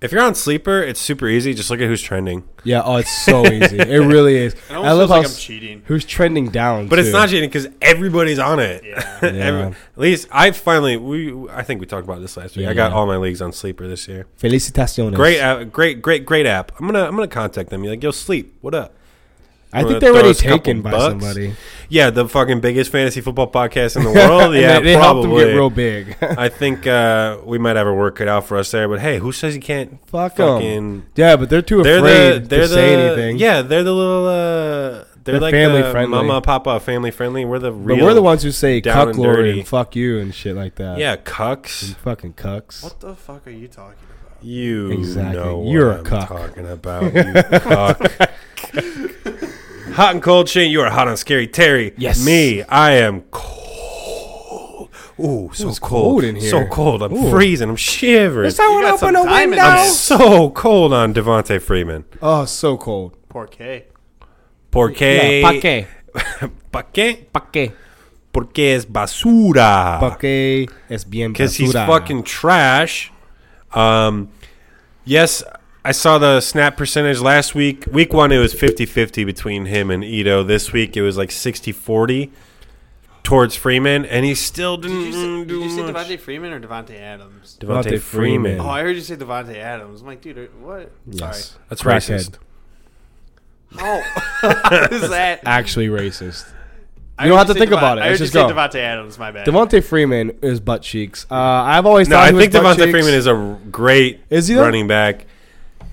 if you're on sleeper, it's super easy. Just look at who's trending.
Yeah, oh, it's so easy. It really is.
It
I
almost
love
feels
how
like I'm
s-
cheating.
Who's trending down?
But it's
too.
not cheating because everybody's on it.
Yeah.
Every-
Yeah.
at least I finally we I think we talked about this last week.
Yeah,
I got
yeah.
all my leagues on sleeper this year.
Felicitaciones.
Great app, great great great app. I'm gonna I'm gonna contact them. Be like, yo, sleep. What up?
I
Wanna
think they're
throw
already
us a couple
taken by
bucks?
somebody.
Yeah, the fucking biggest fantasy football podcast in the world.
And
yeah,
they, they helped them
probably.
get real big.
I think uh, we might have a work cut out for us there. But hey, who says you can't?
Fuck
Fucking-
them. Yeah, but they're too
They're
afraid
the they're
to
the
say anything.
yeah they're the little uh, they're,
They're
like
family
the
friendly.
mama papa family friendly. We're the
but
real
we're the ones who say
down
cuck
and
lord
dirty.
and fuck you and shit like that.
yeah cucks.
fucking cucks.
What the fuck are you talking about?
You
Exactly.
know what
You're a
I'm
cuck.
talking about. You cuck. hot and cold, Shane. You are hot on scary Terry.
Yes.
Me, I am cold. Ooh, so
it's
cold.
cold in here.
So cold. I'm
Ooh.
freezing. I'm shivering.
someone
You got some time in
I'm
this.
so cold on Devontae Freeman.
Oh, so cold.
Poor K.
Porque ¿Pa qué? Porque es basura.
Porque es bien
Because he's
basura.
fucking trash. Um, yes, I saw the snap percentage last week. Week one, it was 50 50 between him and Ito. This week, it was like 60 40 towards Freeman, and he still
Did
didn't
you say, did
do
you say
much.
Devontae Freeman or Devontae Adams?
Devontae
Devontae Freeman.
Oh, I heard you say Devontae Adams. I'm like, dude, are- what?
Yes.
That's
Crackhead.
racist.
Sorry. Oh, is that?
Actually racist.
I
You
heard
don't have to
say
think
Devon-
about it.
I heard
Let's
you
just
say
go.
Devontae Adams. My bad.
Devontae Freeman is butt cheeks. Uh, I've always
No,
thought
I
he was
think
butt
Devontae
cheeks.
Freeman is a r- great
Is he though?
running back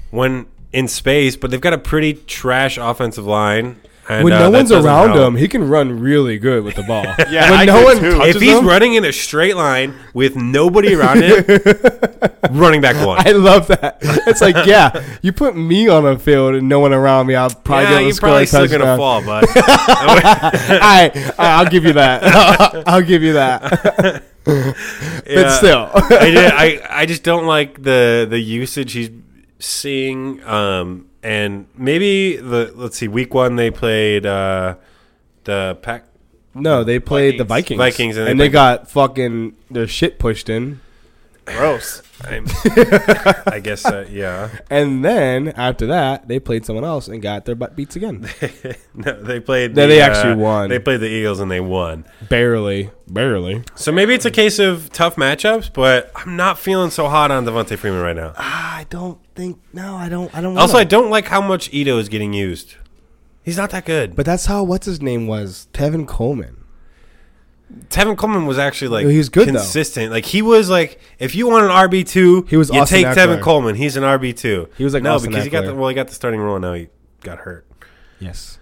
when in space, but they've got a pretty trash offensive line. And,
when
uh,
no
that
one's
doesn't
around
help.
him, he can run really good with the ball.
Yeah,
when
I
no
could
one
too.
touches
if he's
him,
running in a straight line with nobody around it, running back one.
I love that. It's like, yeah, you put me on a field and no one around me, I'll probably
yeah,
get
you're
a score
probably
a
still gonna
touchdown.
fall, bud.
I, I, will give you that. I'll, give you that. But
Yeah.
still,
I, did, I I just don't like the the usage he's seeing. Um, and maybe the let's see, week one they played uh, the pack.
no, they played the Vikings.
Vikings. Vikings,
and,
and they
they
played-
got fucking their shit pushed in.
Gross.
I'm, I guess uh, yeah.
And then after that, they played someone else and got their butt beats again.
no, they played. uh,
No, they actually won.
They played the Eagles and they won.
barely, barely.
So maybe it's a case of tough matchups, but I'm not feeling so hot on Devontae Freeman right now.
Ah, I don't think. No, I don't. I don't.
Also, I don't like how much Ito is getting used. He's not that good. But
but that's how what's his name was Tevin Coleman.
Tevin Coleman was actually like
He was good, though.
consistent. Like he was like if you want an RB two,
He was
you
Austin
take
Eckler.
Tevin Coleman. He's an RB two.
He was like
no
Austin
because he got
Eckler.
the well he got the starting role and now he got hurt.
Yes,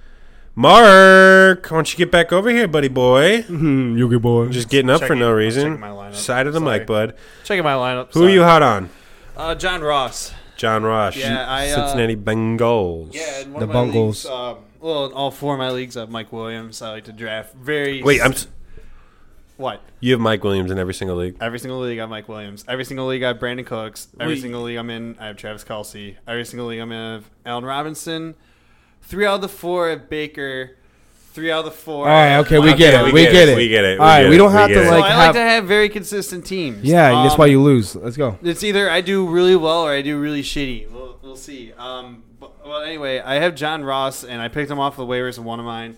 Mark, why don't you get back over here, buddy boy?
Mm, Yugi boy.
Just getting up for
Checking-
no
I'm
reason.
checking my lineup.
Side of the
Sorry.
mic, bud.
Checking my lineup.
Who are you hot on?
Uh, John Ross.
John Ross,
Yeah, I, uh,
Cincinnati Bengals.
Yeah, in one
The
of my
Bungles.
leagues, um, well, in all four of my leagues, I have Mike Williams. I like to draft very.
Wait, I'm. s-
what?
You have Mike Williams in every single league.
Every single league, I have Mike Williams. Every single league, I have Brandon Cooks. Every
Wait.
single league I'm in, I have Travis Kelsey. Every single league I'm in, I have Allen Robinson. Three out of the four, I have Baker. Three out of the four.
All right, okay, we
Okay,
get it. We get it.
We get it.
All right,
get
we don't have
get
to,
it.
So
like,
I
have-
like to have very consistent teams.
Yeah,
Um,
that's why you lose. Let's go.
It's either I do really well or I do really shitty. We'll, we'll see. Um, but, well, anyway, I have John Ross, and I picked him off the waivers in one of mine,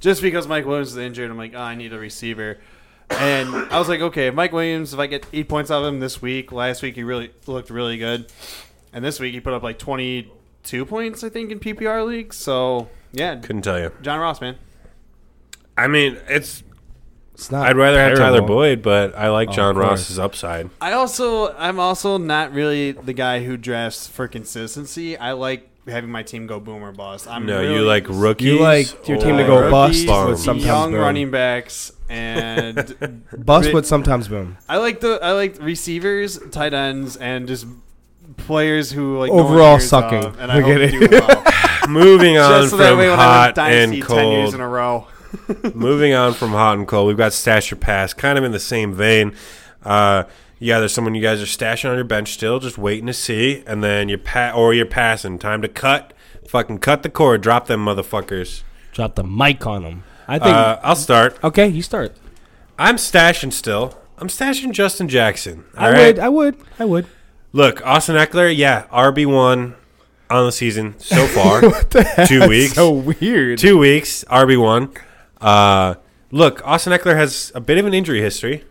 just because Mike Williams is injured. I'm like, oh, I need a receiver, and I was like, okay, if Mike Williams, if I get eight points out of him this week, last week he really looked really good, and this week he put up like 22 points, I think, in PPR league. So yeah,
Couldn't tell you.
John Ross, man.
I mean, it's.
It's not.
I'd rather have Tyler
terrible. Oh,
Boyd, but I like John
of course.
Ross's upside.
I also I'm also not really the guy who drafts for consistency. I like having my team go boom or bust. I'm
No,
really
you like rookies.
You like your team to go
or
bust with
bums?
sometimes
young
boom.
running backs and
Bust
Ri-
would sometimes boom.
I like the I like receivers, tight ends, and just players who like
Overall
no one hears
sucking.
of, and I
Forget
hope
it.
do well.
Moving on
just so that
from
way when I'm in
hot
dynasty
and
ten years
cold.
in a row.
Moving on from hot and cold. We've got stash your pass, kind of in the same vein. Uh, yeah, there's someone you guys are stashing on your bench still, just waiting to see, and then you're pa- or you're passing. Time to cut. Fucking cut the cord. Drop them motherfuckers.
Drop the mic on him. I think.
Uh, I'll start.
okay, you start.
I'm stashing still. I'm stashing Justin Jackson.
I
All right.
would. I would. I would.
Look, Austin Eckler, yeah, RB one on the season so far. Two weeks.
So Oh, weird.
Two weeks, RB one. Uh, look, Austin Eckler has a bit of an injury history.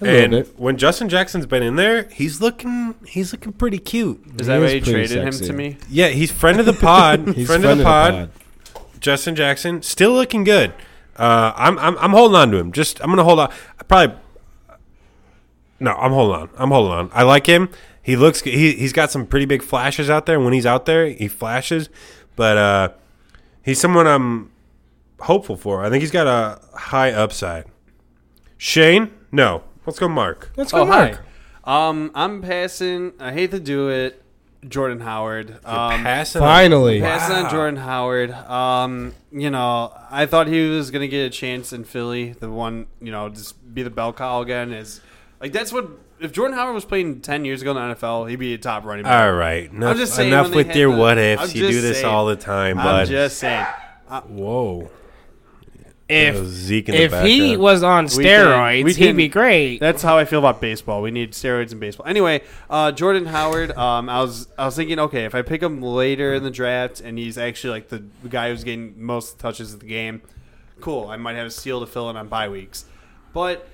little
and
bit.
when Justin Jackson's been in there, he's looking he's looking pretty cute.
Is that
He
why
is
you
pretty
traded
sexy.
him to me?
Yeah, he's friend of the pod.
He's
friend, of the pod, Justin Jackson, still looking good. Uh, I'm, I'm I'm holding on to him. Just I'm gonna hold on. I probably no. I'm holding on. I'm holding on. I like him. He looks. good. He he's got some pretty big flashes out there. When he's out there, he flashes. But uh, he's someone I'm hopeful for. I think he's got a high upside. Shane, no. Let's go, Mark.
Let's go,
Oh hi.
Mark.
Um, I'm passing. I hate to do it. Jordan Howard. Um,
Passing on-
Finally.
Passing
Wow.
on Jordan Howard. Um, you know, I thought he was gonna get a chance in Philly. The one, you know, just be the bell cow again is like that's what if Jordan Howard was playing ten years ago in the NFL, he'd be a top running back.
All right. Enough,
just saying
enough
when they
with
had
your
the-
what ifs.
I'm
you do
just
this
saying.
all the time, bud.
I'm just saying.
Whoa. Oh,
If
Zeke in the
if he
background.
was on
We can-
steroids,
we
he'd
can-
be great.
That's how I feel about baseball. We need steroids in baseball. Anyway, uh, Jordan Howard. Um, I was I was thinking, okay, if I pick him later in the draft, and he's actually like the guy who's getting most touches of the game, cool. I might have a steal to fill in on bye weeks, but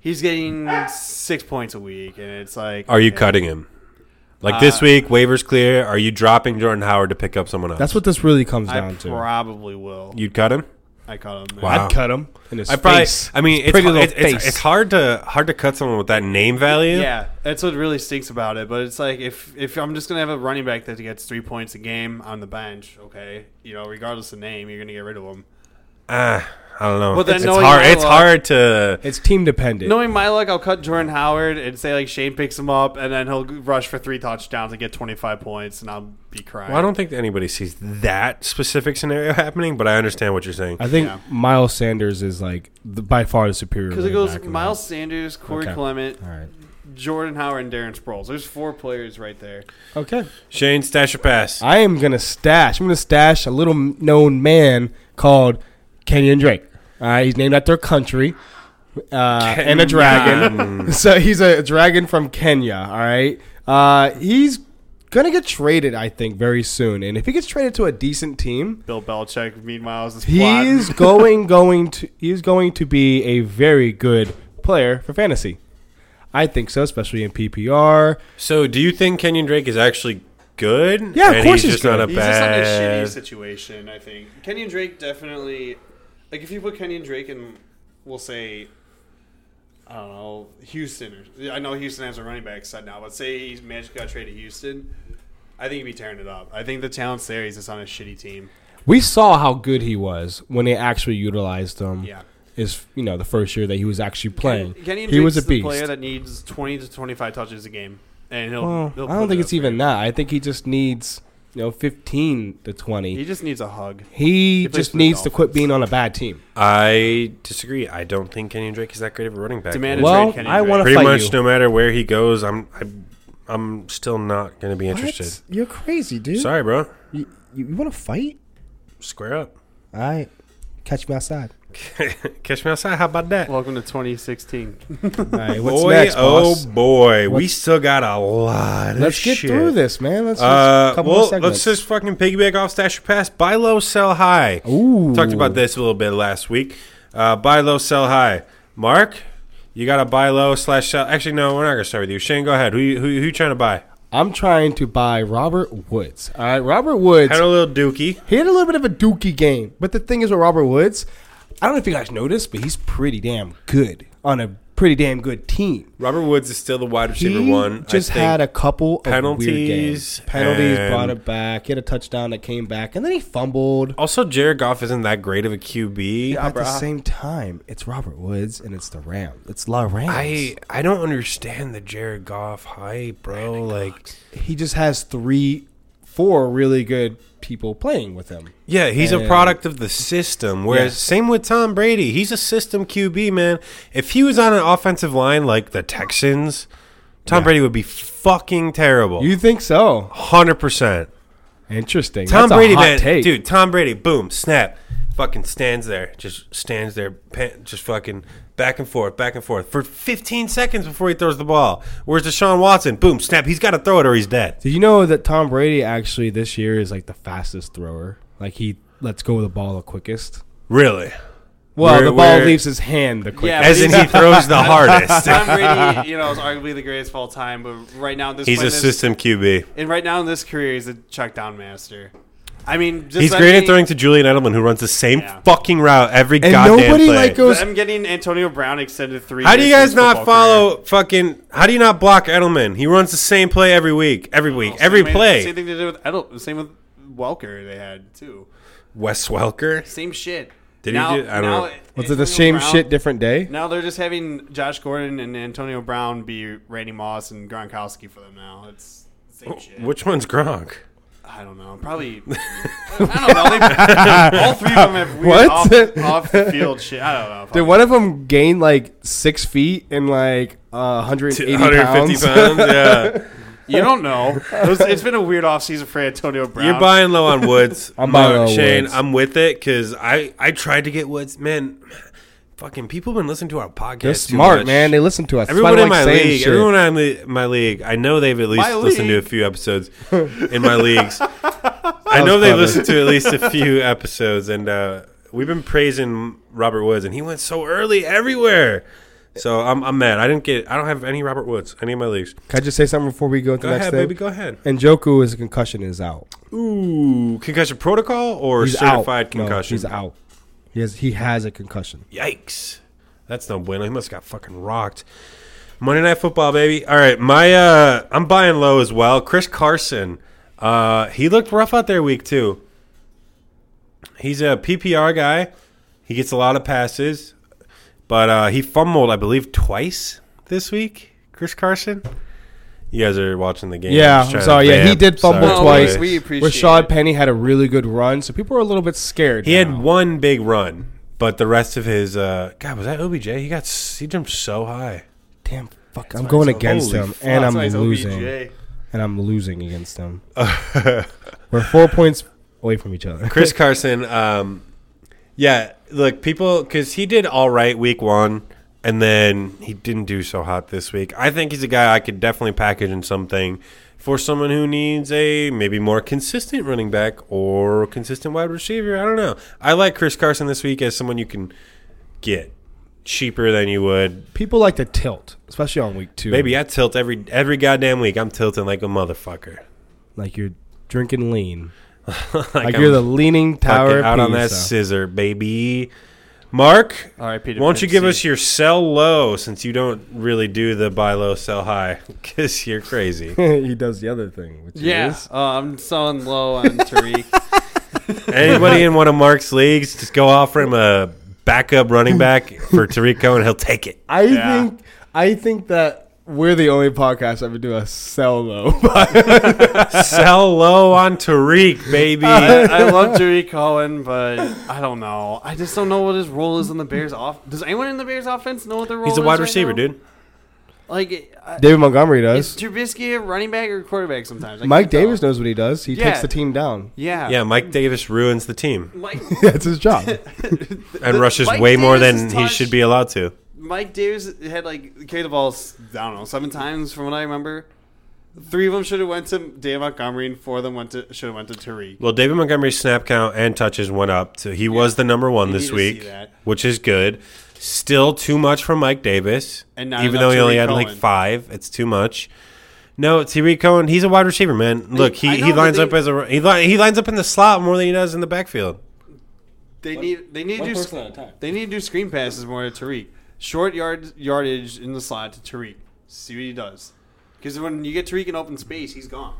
he's getting six points a week, and it's like,
Are you cutting him? Like
Uh,
this week, waivers clear. Are you dropping Jordan Howard to pick up someone else?
That's what this really comes
I
down to.
probably will.
you'd cut him.
I caught him.
Wow.
I'd cut him in his
I probably.
face.
I mean, it's,
pretty
it's,
little
it's, it's,
face.
hard to hard to cut someone with that name value.
Yeah, that's what really stinks about it. But it's like if if I'm just gonna have a running back that gets three points a game on the bench, okay, you know, regardless of name, you're gonna get rid of him.
Ah, I don't know.
Well, then
it's
knowing
hard.
my
It's
luck-
hard to.
It's team dependent.
Knowing my luck, I'll cut Jordan Howard and say like Shane picks him up, and then he'll rush for three touchdowns and get 25 points, and I'll be crying.
Well, I don't think anybody sees that specific scenario happening, but I understand what you're saying.
I think
Yeah.
Miles Sanders is like the, by far the superior.
because it
running
goes
back in
Miles Sanders, Corey
Okay.
Clement,
that. All right.
Jordan Howard, and Darren Sproles. There's four players right there.
Okay.
Shane, stash or pass?
I am gonna stash. I'm gonna stash a little known man called Kenyon Drake. All right, he's named after a country uh, and a dragon. so he's a dragon from Kenya. All right, uh, he's gonna get traded, I think, very soon. And if he gets traded to a decent team,
Bill Belichick, meanwhile, is plotting.
he's going going to he's going to be a very good player for fantasy. I think so, especially in PPR.
So, do you think Kenyon Drake is actually good?
Yeah, of
And
course
he's
he's
just not
good.
a
He's just
bad.
in a shitty situation, I think. Kenyon Drake definitely, like, if you put Kenyon Drake in, we'll say, I don't know, Houston. Or, I know Houston has a running back set now, but say he's magically got traded to Houston, I think he'd be tearing it up. I think the talent's there. He's just on a shitty team.
We saw how good he was when they actually utilized him.
Yeah.
Is you know the first year that he was actually playing.
Kenyon
he was a
Drake's the
beast.
player that needs 20 to 25 touches a game. And he'll,
Well,
he'll
I don't
put
think
it
it's
up.
even that. I think he just needs you know 15 to 20.
He
He,
just needs a hug. plays
just
for the
needs to quit
Dolphins.
being on a bad team.
I disagree. I don't think Kenyon Drake is that great of a running back.
Demanded
Well,
Well,
Kenyon
I
Drake.
want to
pretty
fight
much
you.
no matter where he goes, I'm I, I'm still not going to be interested.
What? You're crazy, dude.
Sorry, bro.
You, you, want to fight?
Square up.
All right, catch me outside.
Catch me outside. How about that?
Welcome to 2016.
All right, what's
boy,
next,
oh
boss?
boy, we
What's-
still got a lot. of
Let's get
shit.
through this, man. Let's. let's-
Uh,
couple more
well,
segments.
let's just fucking piggyback off stash or pass. Buy low, sell high.
Ooh.
Talked about this a little bit last week. Uh, buy low, sell high. Mark, you got to buy low slash sell. Actually, no, we're not gonna start with you. Shane, go ahead. Who you- who, you- who you trying to buy?
I'm trying to buy Robert Woods. All right, Robert Woods.
Had a little dookie.
He had a little bit of a dookie game, but the thing is with Robert Woods, I don't know if you guys noticed, but he's pretty damn good on a pretty damn good team.
Robert Woods is still the wide receiver
He
one. I
just
think.
had a couple penalties, of weird games.
penalties
penalties
and-
brought it back. He had a touchdown that came back, and then he fumbled.
Also, Jared Goff isn't that great of a QB.
At the same time, it's Robert Woods and it's the Rams. It's La Rams.
I I don't understand the Jared Goff hype, bro. Like,
he just has three, four really good people playing with him.
yeah, he's a
And-
product of the system. Whereas,
Yes.
same with Tom Brady, he's a system QB, man. If he was on an offensive line like the Texans, Tom Brady would be fucking terrible.
You think so?
Hundred percent.
Interesting.
Tom
That's a
Brady,
hot
man,
take.
dude. Tom Brady, boom, snap, fucking stands there, just stands there, pan- just fucking back and forth, back and forth for 15 seconds before he throws the ball. Whereas Deshaun Watson, boom, snap, he's got to throw it or he's dead.
Did you know that Tom Brady actually this year is like the fastest thrower? Like he lets go of the ball the quickest.
Really?
Well,
Where-
the ball
where-
leaves his hand the quickest.
Yeah,
As
but
in,
he's-
he throws the hardest.
Tom Brady, you know, is arguably the greatest of all time, but right now, at this
He's
point
a
in his-
system QB.
and right now in this career, he's a check down master. I mean, just
He's
let
great at
me-
throwing to Julian Edelman, who runs the same
Yeah.
fucking route every
And
goddamn
nobody
play.
like goes.
I'm getting Antonio Brown extended three.
how do you
years
guys
in his
not
football
follow
career.
fucking? How do you not block Edelman? He runs the same play every week, every week,
Same
every
way-
play.
Same thing they did with Edel, same with Welker. They had too.
Wes Welker.
Same shit.
Did he
now,
do- I don't
now
know.
Was it
Antonio
the same
Brown-
shit, different day?
Now they're just having Josh Gordon and Antonio Brown be Randy Moss and Gronkowski for them. Now it's same shit.
Which one's Gronk?
I don't know. Probably. I don't know. They, all three of them have weird
What?
Off, off the field shit. I don't know.
Did one of them gain like six feet and like uh, 180
150
pounds?
pounds. Yeah,
You don't know. It was- it's been a weird offseason for Antonio Brown.
you're buying low on Woods.
I'm buying
Mo-
low on
Shane,
Woods.
I'm with it because I I tried to get Woods. Man, fucking people been listening to our podcast.
They're
too
smart,
much.
man. They listen to us. That's why
Everyone
they
in my
like saying
league,
shit.
everyone in li- my league, I know they've at least
My
listened to a
league.
few episodes in my leagues. I know they've
clever.
listened to at least a few episodes, and uh, we've been praising Robert Woods, and he went so early everywhere. So I'm, I'm mad. I didn't get. I don't have any Robert Woods. Any of my leagues.
Can I just say something before we go to
Go
the next
ahead,
thing?
baby. Go ahead.
And Joku is a concussion is out.
Ooh, concussion protocol or
He's
certified
out. No,
concussion?
he's out. He has he has a concussion.
Yikes. That's no bueno. He must have got fucking rocked. Monday Night Football, baby. All right, my uh, I'm buying low as well. Chris Carson, uh, he looked rough out there week two. He's a PPR guy. He gets a lot of passes, but uh, he fumbled, I believe, twice this week. Chris Carson. You guys are watching the game.
Yeah,
Just
I'm
trying to
sorry. Yeah, he
vamp.
did fumble
Sorry.
No,
twice.
we- we appreciate
Rashad
it.
Penny had a really good run, so people were a little bit scared.
He had
now.
one big run, but the rest of his uh, God was that OBJ? He got s- he jumped so high.
damn fuck. I'm going
he's-
against
holy
him,
fuck,
and I'm
That's why he's
losing,
OBJ.
and I'm losing against him. we're four points away from each other.
Chris Carson, um, yeah, look, people, because he did all right week one, and then he didn't do so hot this week. I think he's a guy I could definitely package in something for someone who needs a maybe more consistent running back or consistent wide receiver. I don't know. I like Chris Carson this week as someone you can get cheaper than you would
People like to tilt, especially on week two.
Baby, I tilt every every goddamn week. I'm tilting like a motherfucker.
like you're drinking lean,
like
like,
I'm
you're the leaning
fucking
tower
out on that
pizza.
scissor, baby. Mark,
R.I.P. to
why don't you
Pimp
give
C.
us your sell low since you don't really do the buy low, sell high because you're crazy.
he does the other thing, which
Yeah,
is
uh, I'm selling low on Tariq.
Anybody in one of Mark's leagues, just go offer him a backup running back for Tariq Cohen. He'll take it.
I
Yeah.
think I think that we're the only podcast that would do a sell low.
sell low on Tariq, baby.
I,
I
I love Tariq Cohen, but I don't know.
I just don't know what his role is in the Bears off. Does anyone in the Bears offense know what their role is?
He's a wide
right
receiver,
now?
dude.
Like, I,
David Montgomery
is
does.
Trubisky a running back or quarterback sometimes? I
Mike
can't tell.
Davis knows what he does. He takes
Yeah.
the team down.
Yeah.
Yeah, Mike Davis ruins the team
Mike,
That's his job.
and
The-
rushes
Mike
way more
Davis
than
is
he
touched.
should be allowed to.
Mike Davis had like carried the ball. s- I don't know seven times from what I remember. Three of them should have went to Dave Montgomery, and four of them went to should have went to Tariq.
Well, David Montgomery's snap count and touches went up. So he was the number one
You
this
need to see
week,
that.
which is good. Still too much from Mike Davis,
And not
even
enough
though he
Tariq
only had
Cohen.
like five. It's too much. No, Tariq Cohen, he's a wide receiver, man. Look,
I
he,
know,
he
but
lines
they-
up as a he, li- he lines up in the slot more than he does in the backfield.
They need they need to
one
do
person at a time.
they need to do screen passes more to Tariq. Short yard yardage in the slot to Tariq. See what he does. Because when you get Tariq in open space, he's gone.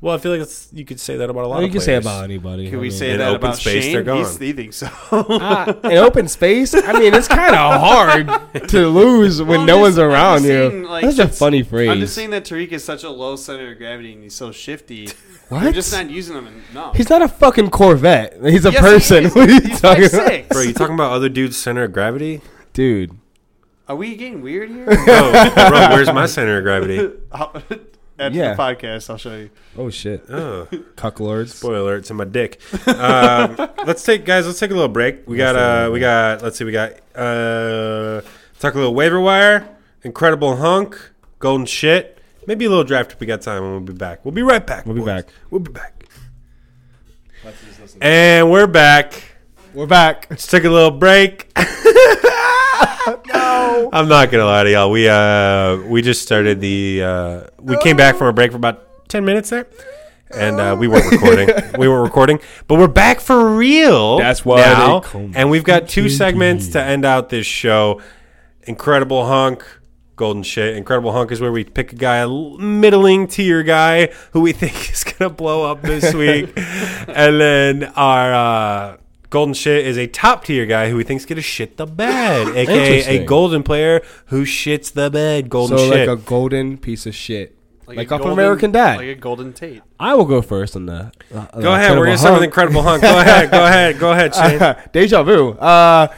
Well, I feel like that's, you could say that about a lot.
you
of
can say
players.
about anybody.
Can
I
we
mean,
say
In
that
open
about
space,
Shane?
they're gone.
He's- he thinks so.
Uh, in open space? I mean, it's kind of hard to lose when
Well, I'm
no
just-
one's
I'm
around
just
you.
saying, like,
That's a
it's-
funny phrase.
I'm just saying that Tariq is such a low center of gravity and he's so shifty.
What?
You're just not using him enough.
He's not a fucking Corvette. He's a
Yes, he
person.
is.
what are you
He's
talking about?
5'6".
Bro, you talking about other dudes' center of gravity?
Dude.
Are we getting weird here?
Bro, Oh, bro, where's my center of gravity?
After
Yeah.
the podcast, I'll show you.
Oh, shit.
Oh.
Cuck lords.
Spoiler alert to my dick. Um, let's take guys. Let's take a little break. We got uh, we got. Let's see. We got uh, talk a little waiver wire. Incredible hunk. Golden shit. Maybe a little draft if we got time, and we'll be back. We'll be right back.
We'll be
boys.
back.
We'll be back. And we're back.
We're back.
Let's take a little break. no, I'm not gonna lie to y'all. We uh, we just started the. Uh, we came back from a break for about ten minutes there, and uh, we weren't recording. we weren't recording, but we're back for real.
That's why
now,
they call me
and we've got two segments to end out this show. Incredible hunk. Golden shit. Incredible hunk is where we pick a guy, a l- middling tier guy, who we think is gonna blow up this week, and then our uh, golden shit is a top tier guy who we think's gonna shit the bed, aka a
Interesting.
golden player who shits the bed.
So,
Golden
like
shit.
a golden piece of shit. Like,
a
off
golden-
American Dad.
Like a golden Tate.
I will go first on the. Uh,
go ahead. We're gonna start with incredible hunk. Go ahead. Go ahead. Go ahead, Shane.
Deja vu. Uh,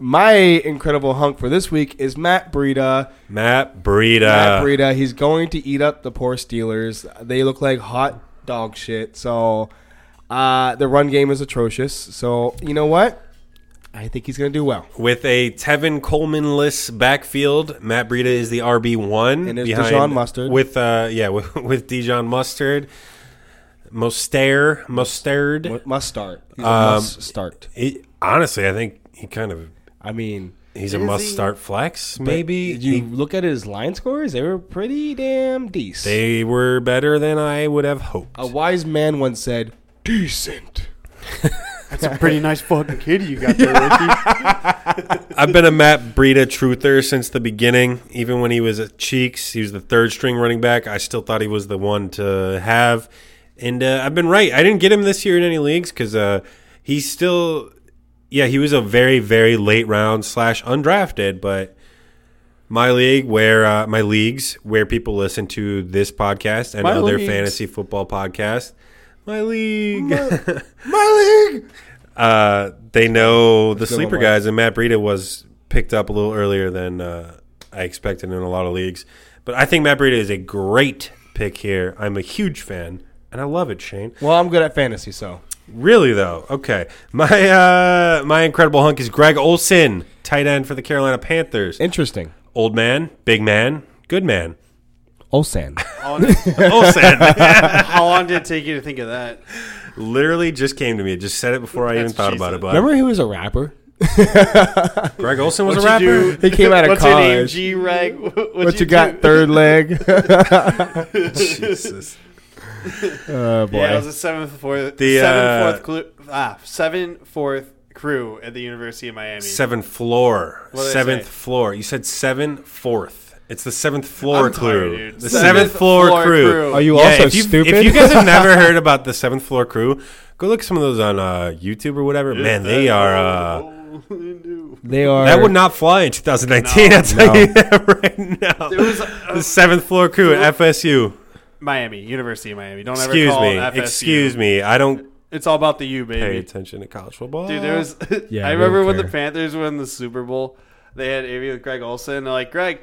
my incredible hunk for this week is Matt Breida.
Matt Breida.
Matt Breida. He's going to eat up the poor Steelers. They look like hot dog shit. So uh, the run game is atrocious. So you know what? I think he's going to do well.
With a Tevin Coleman-less backfield, Matt Breida is the RB one,
And there's Dijon Mustard.
With uh, yeah, with, with Dijon Mustard, Mostert, Mustard.
Mu- Must start. He's a
Um,
must start.
He- honestly, I think he kind of
I mean,
he's a
Is he?
must-start flex.
but
Maybe
did you
He-
look at his line scores. They were pretty damn decent.
they were better than I would have hoped.
A wise man once said, "Decent."
That's a pretty nice fucking kid you got there, Ricky.
I've been a Matt Breida truther since the beginning. Even when he was at Cheeks, he was the third string running back. I still thought he was the one to have. And uh, I've been right. I didn't get him this year in any leagues because uh, he's still, yeah, he was a very, very late round slash undrafted. But my league, where uh, my leagues, where people listen to this podcast and
My
other
leagues.
fantasy football podcasts, my league.
My league.
Uh, they know the sleeper
one.
guys, and Matt Breida was picked up a little earlier than uh, I expected in a lot of leagues. But I think Matt Breida is a great pick here. I'm a huge fan, and I love it, Shane.
Well, I'm good at fantasy, so
Really though, okay. My uh, my incredible hunk is Greg Olson, tight end for the Carolina Panthers.
interesting.
Old man, big man, good man.
Olsen.
Olson
How long did it take you to think of that?
literally just came to me. It Just said it before I even thought about it. But
Remember, he was a rapper.
Greg Olson was a
What'd you
rapper.
do?
He came out of
What's your name,
college.
G Reg? What, what,
What you, got? Third leg.
Jesus.
oh boy.
Yeah, it was a seventh, fourth,
The, uh,
seventh, fourth, clu- ah, seven, fourth crew at the University of Miami.
Seventh floor.
did I
Seventh
say?
floor. You said seven fourth. It's the seventh floor
I'm tired,
crew.
dude.
the
Seventh
seventh, floor,
floor
crew.
crew.
Are you also
if you've-
stupid?
If you guys have never heard about the seventh floor crew, go look at some of those on uh, YouTube or whatever. Man, they are. Uh,
uh,
they are.
that would not fly in 2019. I'll tell you that right now.
It was uh,
the seventh floor crew at FSU.
Miami, University of Miami. Don't ever
Excuse
call
me.
it FSU.
Excuse me. I don't
It's all about the U,
pay
baby.
attention to college football.
Dude, there was.
Yeah,
I
we
remember
don't
when the
care.
Panthers were in the Super Bowl. They had interview with Greg Olson. And they're like, Greg,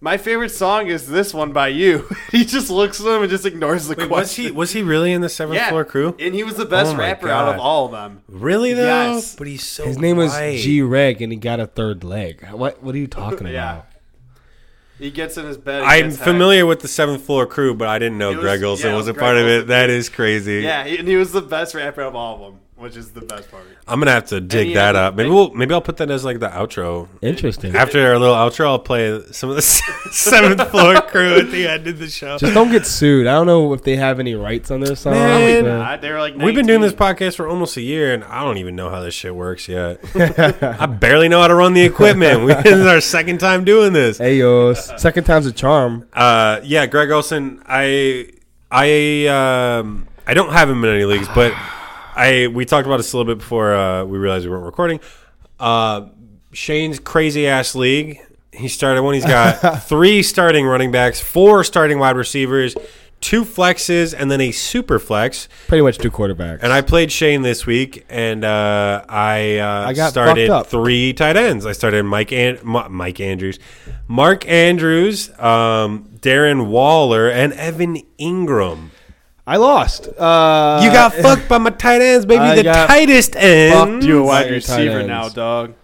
my favorite song is this one by you. he just looks at him and just ignores the question.
was he was he really in the seventh
yeah.
floor crew?
And he was the best
Oh my
rapper out of
God.
all of them.
Really though?
Yes.
But he's so
His name was
white.
G Reg, and he got a third leg. What? What are you talking
Yeah.
about?
He gets in his bed. and
I'm
gets high.
familiar with the seventh floor crew, but I didn't know
It was-
Greg Olson
yeah,
was a
Greg
part of it.
Olson.
That is crazy.
Yeah, he, and he was the best rapper of all of them, which is the best part.
I'm gonna have to dig
he
that
had a
up. Maybe
big-
we'll maybe I'll put that as like the outro.
Interesting.
After our little outro, I'll play some of the seventh floor crew at the end of the show.
Just don't get sued. I don't know if they have any rights on their song.
Man.
but-
Uh, they were like,
We've been doing this
19.
podcast for almost a year, and I don't even know how this shit works yet. I barely know how to run the equipment. We, this is our second time doing this.
Hey yo, s- second time's a charm.
Uh, yeah, Greg Olson. I I um, I don't have him in any leagues, but I we talked about this a little bit before uh, we realized we weren't recording. Uh, Shane's crazy ass league. He started one. He's got three starting running backs, four starting wide receivers, two flexes, and then a super flex.
Pretty much two quarterbacks.
And I played Shane this week, and uh, I, uh,
I got
started
fucked up.
three tight ends. I started Mike and Ma- Mike Andrews, Mark Andrews, um, Darren Waller, and Evan Ingram.
I lost. Uh,
You got fucked by my tight ends, baby.
I
the
got
tightest end.
fucked
You a
By
wide
your tight
receiver
ends.
now, dog.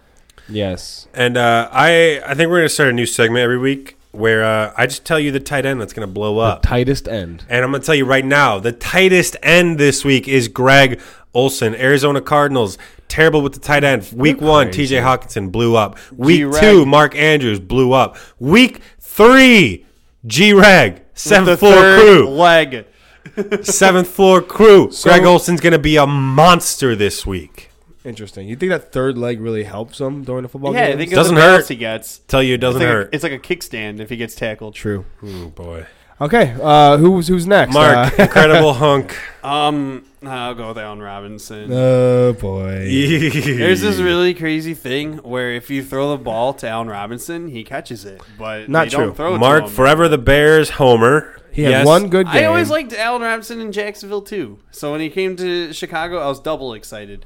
Yes.
And uh, I, I think we're gonna start a new segment every week where uh, I just tell you the tight end that's gonna blow up.
Tightest end.
And I'm going to tell you right now, the tightest end this week is Greg Olson, Arizona Cardinals. Terrible with the tight end. Week one, TJ Hawkinson blew up. Week
G-Reg.
two, Mark Andrews blew up. Week three, G Reg,
The
seventh floor
third
crew.
leg.
Seventh floor crew. Greg Olson's going to be a monster this week.
Interesting. You think that third leg really helps him during the football
Yeah, I
game?
think
Doesn't
doesn't hurt.
hurt.
Else he gets.
Tell you it
It's
doesn't
like, a,
hurt.
it's like a kickstand if he gets tackled.
true.
oh, boy.
Okay. Uh, who's who's next?
Mark,
Uh,
incredible hunk.
Um, I'll go with Allen Robinson.
oh boy.
There's
There's
this really crazy thing where if you throw the ball to Allen Robinson, he catches it, but
Not
they
true.
Don't throw it to
Mark,
him.
forever the Bears homer.
He had
Yes.
one good game.
I always liked Allen Robinson in Jacksonville too. So when he came to Chicago, I was double excited.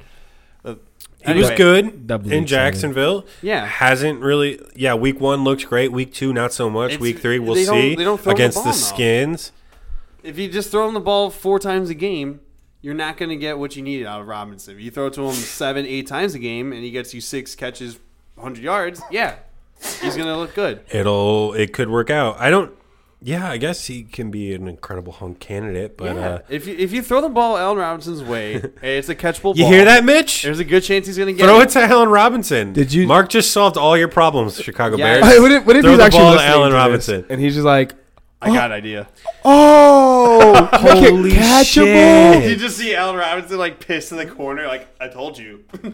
Uh,
He was
anyway,
good
Doubly
in
excited.
Jacksonville.
Yeah.
hasn't really. Yeah, week one looks great. Week two, not so much.
It's-
week three, we'll
they don't-
see.
they don't throw the
against the,
ball, though.
Skins.
If you just throw him the ball four times a game, you're not going to get what you need out of Robinson. If you throw it to him seven, eight times a game, and he gets you six catches, 100 yards, yeah, he's going to look good.
It'll. It could work out. I don't. Yeah, I guess he can be an incredible hunk candidate, but
Yeah.
uh,
if you if you throw the ball Allen Robinson's way, hey, it's a catchable ball.
you hear that, Mitch?
There's a good chance he's going to get
Throw
it.
it to Allen Robinson.
Did you-
Mark just solved all your problems, Chicago
Yeah.
Bears.
what if, what if
Throw
he's
the
actually
ball to
listening
Allen
to this
Robinson.
and he's just like,
I got an idea.
oh, Holy
You
catchable.
just see Allen Robinson like pissed in the corner, like I told you.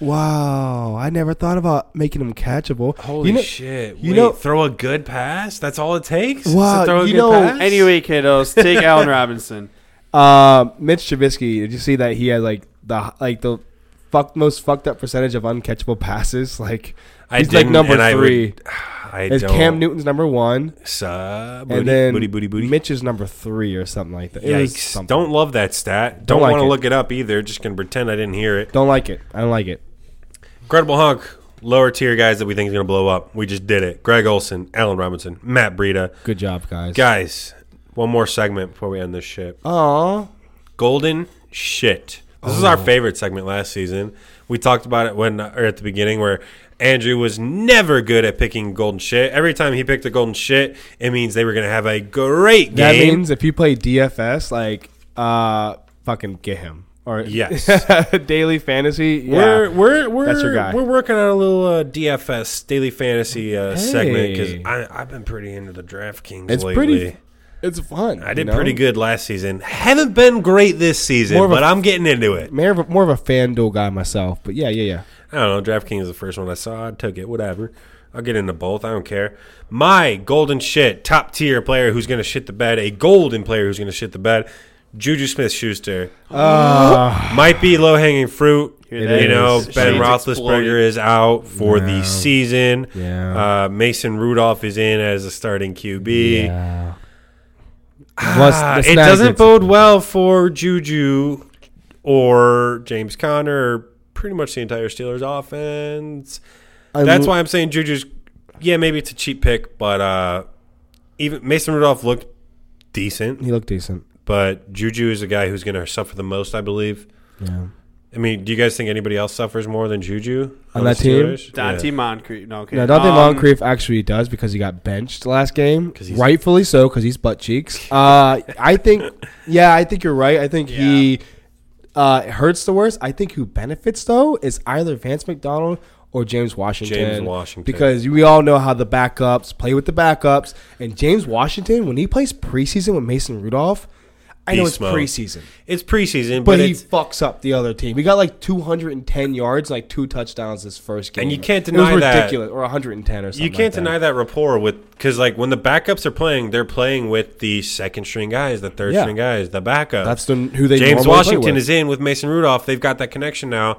Wow, I never thought about making him catchable.
Holy
You know-
shit!
you
Wait,
know-
throw a good pass. That's all it takes. is to
Wow,
throw a
you
good
know-
pass?
Anyway, kiddos, take Allen Robinson.
Uh, Mitch Trubisky. Did you see that he had like the like the fuck most fucked up percentage of uncatchable passes? Like
I
he's like
didn't,
number
and I would-
three.
I
Is
don't.
Cam Newton's number one,
Suh,
and
booty,
then
booty, booty, booty.
Mitch is number three or something like that. It was
Yikes!
something.
Don't love that stat. Don't,
Don't like
want to
it.
look it up either. Just gonna pretend I didn't hear it.
don't like it. I don't like it.
Incredible hunk. Lower tier guys that we think is gonna blow up. We just did it. Greg Olson, Allen Robinson, Matt Breida.
Good job, guys.
Guys, one more segment before we end this shit.
Aw.
Golden shit. This is our
Oh.
favorite segment last season. We talked about it when or at the beginning where Andrew was never good at picking golden shit. Every time he picked a golden shit, it means they were going to have a great game.
That means if you play DFS, like, uh, fucking get him. Or
Yes.
daily fantasy. Yeah.
We're we're we're
That's your guy.
we're working on a little uh, DFS daily fantasy uh, segment
Hey.
because I've been pretty into the DraftKings
it's
lately.
pretty. It's fun.
I
you
did
know?
pretty good last season. Haven't been great this season,
More of a-
but i I'm getting into it.
More of a, more of a FanDuel guy myself, but yeah, yeah, yeah.
I don't know. DraftKings is the first one I saw. I took it. Whatever. I'll get into both. I don't care. My golden shit, top tier player who's going to shit the bed, a golden player who's going to shit the bed, Juju Smith Schuster.
Uh,
Might be low hanging fruit.
It
you know,
is.
Ben
Shades
Roethlisberger
exploded.
is out for the
Yeah.
season.
Yeah.
Uh, Mason Rudolph is in as a starting QB.
yeah.
Ah, it doesn't bode well for Juju or James Conner or pretty much the entire Steelers offense. That's why I'm saying Juju's. Yeah, maybe it's a cheap pick, but uh, even Mason Rudolph looked decent.
he looked decent.
But Juju is a guy who's going to suffer the most, I believe.
Yeah.
I mean, do you guys think anybody else suffers more than Juju
On that
the
team?
Steelers?
Dante Moncrief. No, okay.
Now, Dante
Um,
Moncrief actually does because he got benched last game,
'Cause he's-
rightfully so because he's butt cheeks. Uh, I think, yeah, I think you're right. I think he uh, hurts the worst. I think who benefits though is either Vance McDonald or James Washington.
James Washington.
because we all know how the backups play with the backups, and James Washington when he plays preseason with Mason Rudolph, I know
Beast
it's
mode.
preseason,
It's preseason, but,
but, he
it's,
fucks up the other team. He got like 210 yards, like two touchdowns this first game,
And you can't
it was
deny that.
ridiculous, or 110 or something.
you can't
like that.
deny that rapport with because like when the backups are playing, they're playing with the second string guys, the third
Yeah.
string guys, the backup.
That's the- who they normally
James
play
Washington
with.
is in with Mason Rudolph. They've got that connection now.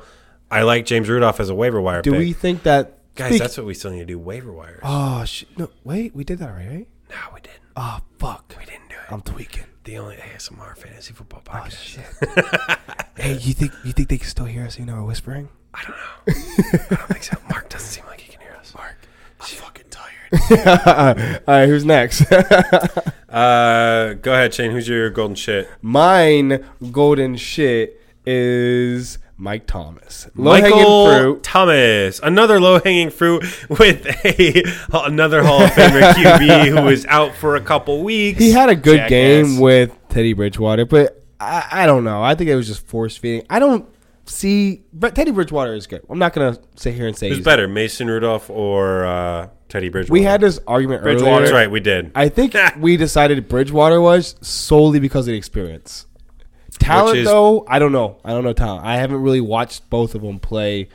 I like James Rudolph as a waiver wire.
Do
pick.
we think that
Guys,
speak-
that's what we still need to do. Waiver wire.
oh shit! No, wait, we did that already, right?
no, we didn't.
Oh fuck!
We didn't do it.
I'm tweaking.
the only ASMR fantasy football
Oh
podcast.
shit! hey, you think you think they can still hear us? You know, we're whispering.
I don't know. I don't think so. Mark doesn't seem like he can hear us. Mark.
I'm fucking tired.
All right, who's next?
Uh, go ahead, Shane. Who's your golden shit?
Mine golden shit is Mike Thomas.
Michael Thomas, another low hanging fruit with a another Hall of Famer QB who was out for a couple weeks.
He had a good
Jackass.
game with Teddy Bridgewater, but I, I don't know. I think it was just force feeding. I don't see, but Teddy Bridgewater is good. I'm not gonna sit here and say
Who's
he's-
better, Mason Rudolph or uh, Teddy Bridgewater?
We had this argument earlier.
Bridgewater. That's right, we did.
I think we decided Bridgewater was solely because of the experience. Talent,
Which is-
though, I don't know. I don't know talent. I haven't really watched both of them play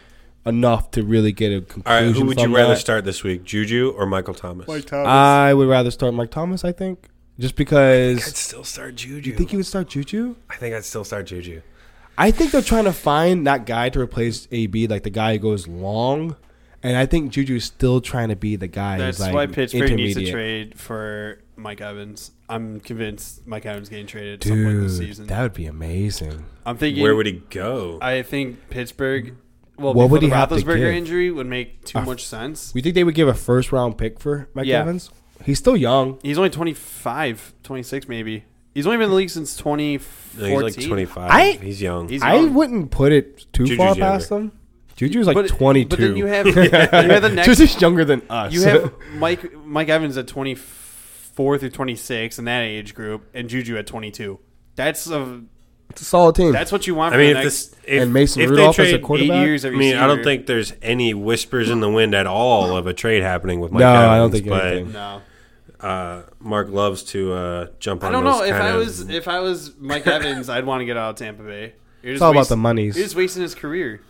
enough to really get a conclusion.
All right, who would you
from
rather
that.
start this week, Juju or Michael Thomas?
I would rather start Mike Thomas. I think just because.
I'd still start Juju.
you think he would start Juju?
I think I'd still start Juju.
I think they're trying to find that guy to replace AB, like the guy who goes long. And I think Juju's still trying to be the guy.
That's
who's like
why Pittsburgh needs to
intermediate.
trade for Mike Evans. I'm convinced Mike Evans getting traded at some point this
Dude,
season.
that would be amazing.
I'm thinking.
Where would he go?
I think Pittsburgh. Well, what
What would
would the
he have to
Roethlisberger
give? Ah.
injury would make too much sense.
We think they would give a first round pick for Mike
Yeah.
Evans. He's still young.
He's only 25, 26 maybe. He's only been in the league since 2014.
No, he's like 25.
I-
he's young.
He's
I
young.
wouldn't put it too
Juju's
far past him. Juju's like
But-
22.
But then you have, you have the next.
Juju's younger than us.
You have Mike Mike Evans at 24 through 26 in that age group, and Juju at 22. That's a,
it's a solid team.
that's what you want.
I
For
mean,
the
if
next
this if,
and Mason
if
Rudolph
they
as
trade
a quarterback.
eight years
I
of
mean, I don't
receiver.
think there's any whispers in the wind at all of a trade happening with Mike
No,
Evans.
I don't think
but
anything.
no.
uh, Mark loves to uh, jump on.
I don't know
those
if
kind
I
of-
was if I was Mike Evans, I'd want to get out of Tampa Bay. You're
It's all about the monies.
He's wasting his career.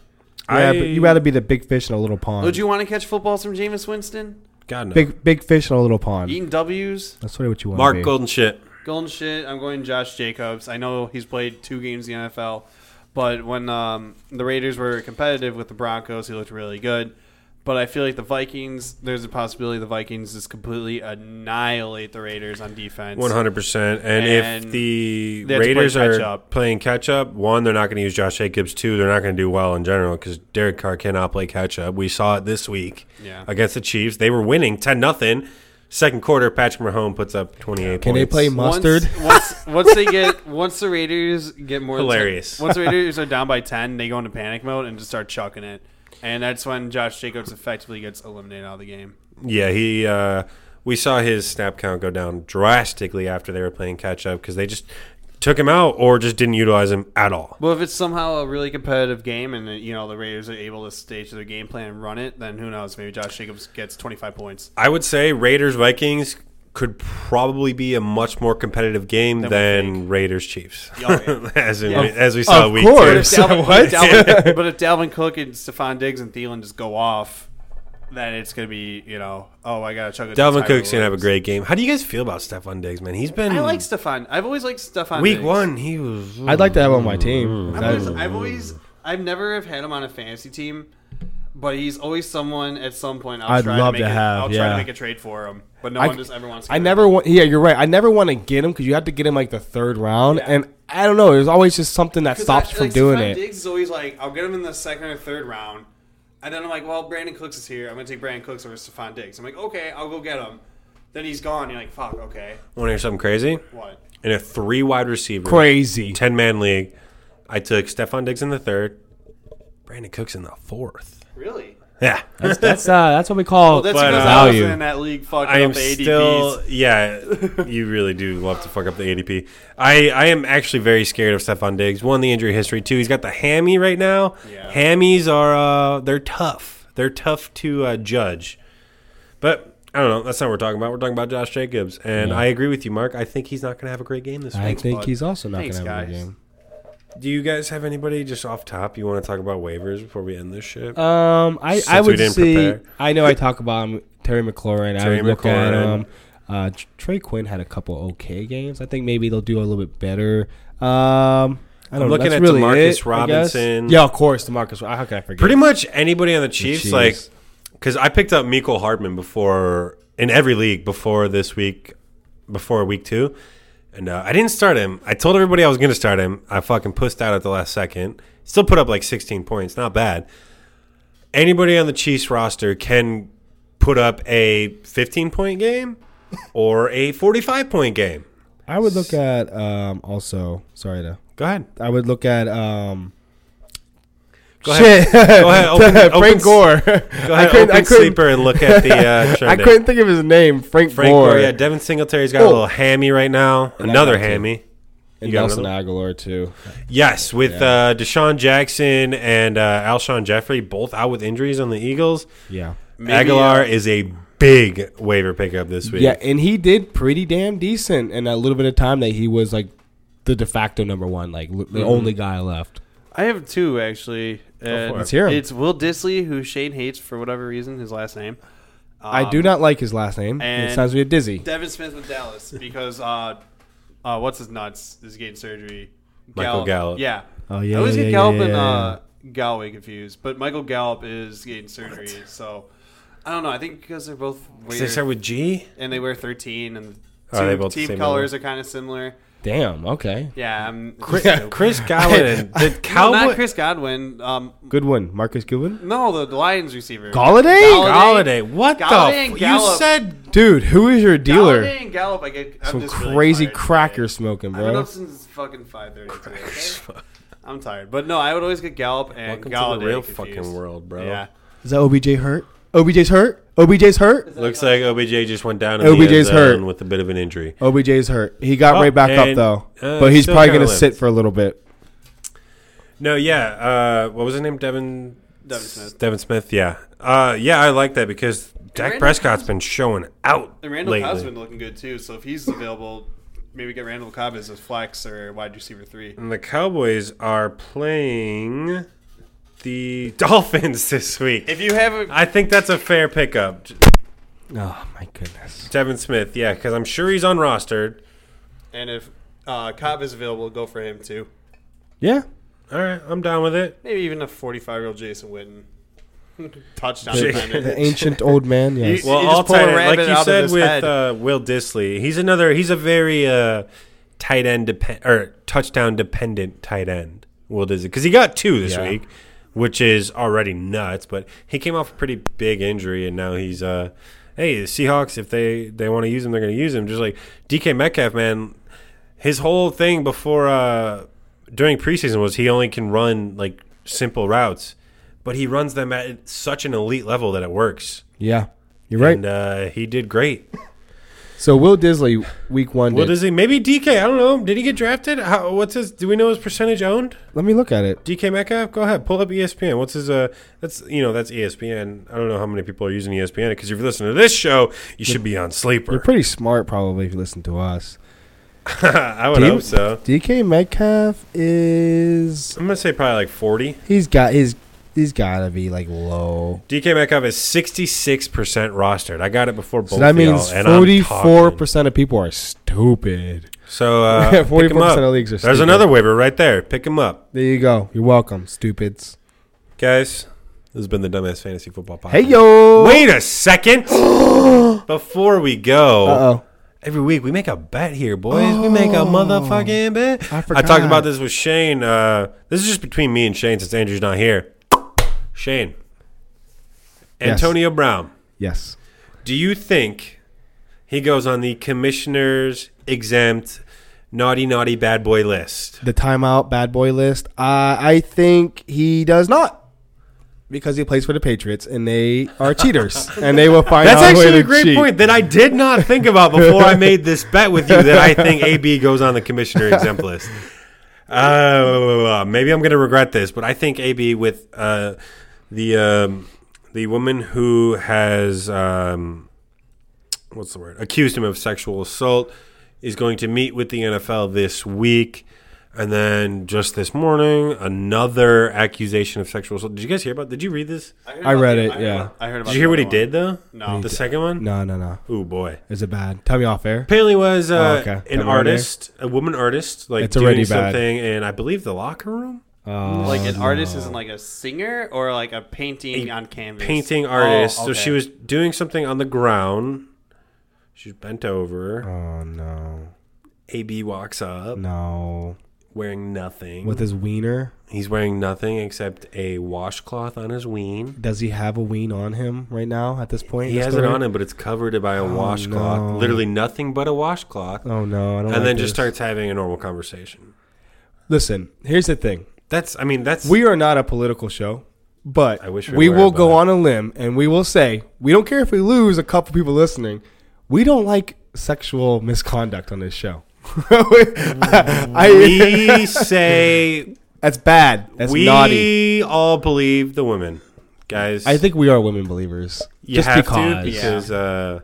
yeah,
I-
but you rather be the big fish in a little pond.
Would you want to catch footballs from Jameis Winston?
God no.
big big fish in a little pond.
Eating W's,
That's really what you want.
Mark
to be.
Golden shit.
golden shit. I'm going Josh Jacobs. I know he's played two games in the NFL, but when um, the Raiders were competitive with the Broncos, he looked really good. But I feel like the Vikings. There's a possibility the Vikings just completely annihilate the Raiders on defense.
One hundred percent. And
And
if the
they had to play
Raiders are
catch-up.
playing catch up, one, they're not going to use Josh Jacobs. Two, they're not going to do well in general because Derek Carr cannot play catch up. We saw it this week
Yeah.
against the Chiefs. They were winning ten nothing. Second quarter, Patrick Mahomes puts up twenty eight.
Can they play mustard?
Once, once, once they get once the Raiders get more than
Hilarious.
10 once the Raiders are down by ten, they go into panic mode and just start chucking it, and that's when Josh Jacobs effectively gets eliminated out of the game.
Yeah, he. Uh, we saw his snap count go down drastically after they were playing catch up because they just took him out or just didn't utilize him at all.
Well, if it's somehow a really competitive game and uh, you know the Raiders are able to stage their game plan and run it, then who knows? Maybe Josh Jacobs gets twenty five points.
I would say Raiders Vikings could probably be a much more competitive game
Than we
than Raiders Chiefs,
Yeah, oh,
as in,
Yeah.
as we saw
Of
week
But
course.
two.
if,
So
Dalvin,
what?
Dalvin- but if Dalvin Cook and Stephon Diggs and Thielen just go off, then it's gonna be you know oh I gotta chuck it. to
Dalvin
Tyree
Cook's gonna have a
Williams.
great game. How do you guys feel about Stephon Diggs? Man, he's been
I like Stefan. I've always liked Stefan.
week
Diggs.
one. He was.
I'd like to have him on
"Hmm."
my team.
I've always, I've always, I've never have had him on a fantasy team, but he's always someone at some point. I'll
I'd
try
love
to,
to
make a-
have,
I'll try
yeah.
to make a trade for him, but no
I-
one just ever wants. To
I
get
never
rid
want. Yeah, you're right. I never want to get him because you have to get him like the third round, and I don't know. There's always just something that
of him.
stops
Because I-
from
like,
doing
Stefon
it.
Diggs is always like, I'll get him in the second or third round, and then I'm like, well, Brandon Cooks is here. I'm gonna take Brandon Cooks over Stefan Diggs. I'm like, okay, I'll go get him. Then he's gone. You're like, fuck, okay,
Want to hear something crazy?
what?
In a three wide receiver,
Crazy.
10 man league. I took Stephon Diggs in the third, Brandon Cooks in the fourth.
Really?
Yeah.
That's uh, that's what we call
That's
But,
because
uh,
I was
value.
in that league fucking
I am
up the ADPs.
still, yeah, you really do love to fuck up the ADP. I, I am actually very scared of Stephon Diggs. One, the injury history. Two, he's got the hammy right now.
Yeah.
Hammies are, uh, they're tough. They're tough to uh, judge. But I don't know. That's not what we're talking about. We're talking about Josh Jacobs. And I agree with you, Mark. I think he's not going to have a great game this
I
week.
think
bud.
he's also not going
Thanks,
to have a good
guys.
game.
Do you guys have anybody just off top you want to talk about waivers before we end this shit?
Um, I,
Since
I
we
would
didn't
see.
prepare.
I know I talk about him, Terry McLaurin.
Terry
I would look at
McLaurin.
him. Uh, Tr- Trey Quinn had a couple okay games. I think maybe they'll do a little bit better. Um, I don't know.
looking
That's
at
really
Demarcus
it, I guess.
Robinson.
Yeah, of course, Demarcus. Ro- How could I forget?
Pretty much anybody on the Chiefs,
Chiefs.
like, because I picked up Miko Hardman before in every league before this week, before week two, and uh, I didn't start him. I told everybody I was going to start him. I fucking pushed out at the last second. Still put up like 16 points, not bad. Anybody on the Chiefs roster can put up a 15 point game or a 45 point game.
I would look at um, also. Sorry to.
Go ahead.
I would look at um.
Go ahead.
Shit. Go
ahead, open-
Frank
open-
Gore.
Go ahead, open sleeper and look at the. Uh,
I
trending.
couldn't think of his name. Frank,
Frank
Gore.
Gore, yeah. Devin Singletary's got a
Oh.
little hammy right now.
I
Another
got two.
hammy.
and
You got
Nelson
another?
Aguilar too.
Yes, with uh, Deshaun Jackson and uh, Alshon Jeffrey both out with injuries on the Eagles.
Yeah.
uh,
Aguilar is a big waiver pickup this week.
Yeah, and he did pretty damn decent in that little bit of time that he was like the de facto number one, like l-
Mm-hmm.
the only guy left.
I have two actually. Uh,
for it.
Let's hear 'em.
It's Will Disley, who Shane hates for whatever reason, his last name.
Um,
I do not like his last name.
and-
It sounds weird. Dizzy.
Devin Smith with Dallas because uh, uh, what's his nuts is getting surgery.
Michael Gallup.
Yeah.
Oh, yeah,
I always
yeah,
get
yeah,
Gallup
yeah,
and
yeah,
uh, Galloway confused, but Michael Gallup is getting surgery. So I don't know. I think because they're both
Does they
weird
start with G?
and they wear thirteen and
Are they
the
both the
team
same
colors are kind of similar.
Damn. Okay.
Yeah. I'm,
Chris, Chris Godwin. and the
no,
Cowboy.
not Chris Godwin. Um,
Good one, Marcus Goodwin.
no, the Lions receiver.
Galladay.
Galladay. What
Galladay and
the? F- you
Gallup.
said
Dude, who is your dealer?
Galladay and Gallup, I get I'm
Some
just really
crazy
tired
cracker
today.
smoking,
I've been
bro.
up since fucking five thirty today. Okay? I'm tired, but no, I would always get Gallup and
Welcome
Galladay
to the real
confused.
fucking world, bro.
Yeah,
Is that OBJ hurt? OBJ's hurt. OBJ's hurt.
Looks like OBJ just went down. in the end
OBJ's
zone
hurt.
with a bit of an injury.
OBJ's hurt. He got
Oh,
right back up
and,
though,
uh,
but he's
still
probably
kinda
gonna
limped.
sit for a little bit.
No, yeah. Uh, what was his name? Devin
Devin Smith.
Devin Smith, yeah, uh, yeah, I like that because Dak
Randall
Prescott's been showing out
And Randall
lately.
Cobb's been looking good too. So if he's available, maybe get Randall Cobb as a flex or wide receiver three.
And the Cowboys are playing the Dolphins this week.
If you haven't,
I think that's a fair pickup,
Oh my goodness.
Devin Smith. Yeah, because I'm sure he's unrostered.
and if uh, Cobb is available, go for him too.
Yeah.
All right, I'm down with it.
Maybe even a 45 year old Jason Witten. Touchdown.
Jake-
dependent.
The ancient old man. Yes.
You
Well,
just
all
pull a
tight end,
rabbit
like
out
you
of
said
his
with
head.
uh, Will Disley, he's another. He's a very uh, tight end depend or touchdown dependent tight end. Will Disley because he got two this
Yeah.
week, which is already nuts. But he came off a pretty big injury, and now he's. Uh, hey, the Seahawks, if they they want to use him, they're going to use him. Just like DK Metcalf, man, his whole thing before uh, during preseason was he only can run like simple routes, but he runs them at such an elite level that it works.
yeah. You're right.
And uh, he did great.
so Will Disley, week one.
Well,
did-
does he? Maybe DK. I don't know. Did he get drafted? How, what's his? Do we know his percentage owned?
Let me look at it.
DK Metcalf. Go ahead. Pull up ESPN. What's his? Uh, that's you know that's E ESPN. I don't know how many people are using E ESPN because if you're listening to this show, you should be on
You're
sleeper.
pretty smart, probably, if you listen to us.
I would
Team-
hope so.
DK Metcalf is
I'm gonna say probably like 40.
he's got he's he's gotta be like low.
DK Metcalf is 66 percent rostered. I got it before both.
So that
of y'all,
means
and I'm
forty four
talking.
percent of people are stupid.
So uh,
Forty
pick him
four percent of
up.
leagues are.
There's
stupid.
another waiver right there. Pick him up,
There you go. You're welcome, stupids.
guys. This has been the dumbass fantasy football podcast.
Hey yo.
Wait a second. Before we go,
Uh oh.
every week we make a bet here, boys. we make a motherfucking bet.
I
I talked
forgot.
about this with Shane. Uh, this is just between me and Shane since Andrew's not here. Shane,
Yes.
Antonio Brown,
Yes.
do you think he goes on the commissioner's exempt naughty, naughty bad boy list?
The timeout bad boy list. Uh, I think he does not. Because he plays for the Patriots and they are cheaters. and they will find
That's
out a way
actually
to
a great
cheat.
point that I did not think about before I made this bet with you that I think AB goes on the commissioner exempt list. Uh, maybe I'm going to regret this, but I think AB with uh, the um, the woman who has um, what's the word accused him of sexual assault is going to meet with the NFL this week. And then just this morning, another accusation of sexual assault. Did you guys hear about? Did you read this?
heard
I
about
read
the-
it,
I heard
yeah.
about- I heard about
Did you hear
the
what he
other
did though?
one.
The
No.
second one?
No, no, no.
Oh boy.
Is it bad? Tell me off air.
Paley was uh,
Oh, okay.
an
That one there?
artist, a woman artist, like
It's
doing
already bad.
something in I believe the locker room.
Oh,
Like an
no.
artist isn't like a singer or like a painting on canvas.
Painting artist.
Oh,
So
okay.
she was doing something on the ground. She's bent over.
Oh no,
AB walks up
no!
wearing nothing.
With his wiener,
He's wearing nothing except a washcloth on his ween.
does he have a ween on him right now at this point? in
He
the
has it
story?
on him, but it's covered by a washcloth.
Oh, no.
Literally nothing but a washcloth.
Oh no! I don't
and
like
then just
this.
starts having a normal conversation.
Listen, here's the thing:
That's, I mean, that's.
we are not a political show, but
I wish we
we,
were,
will go
but-
on a limb and we will say we don't care if we lose a couple people listening. We don't like sexual misconduct on this show. I,
we say
that's bad. That's
we
naughty.
all believe the women, guys.
I think we are women believers.
you
just
have
because.
to because uh,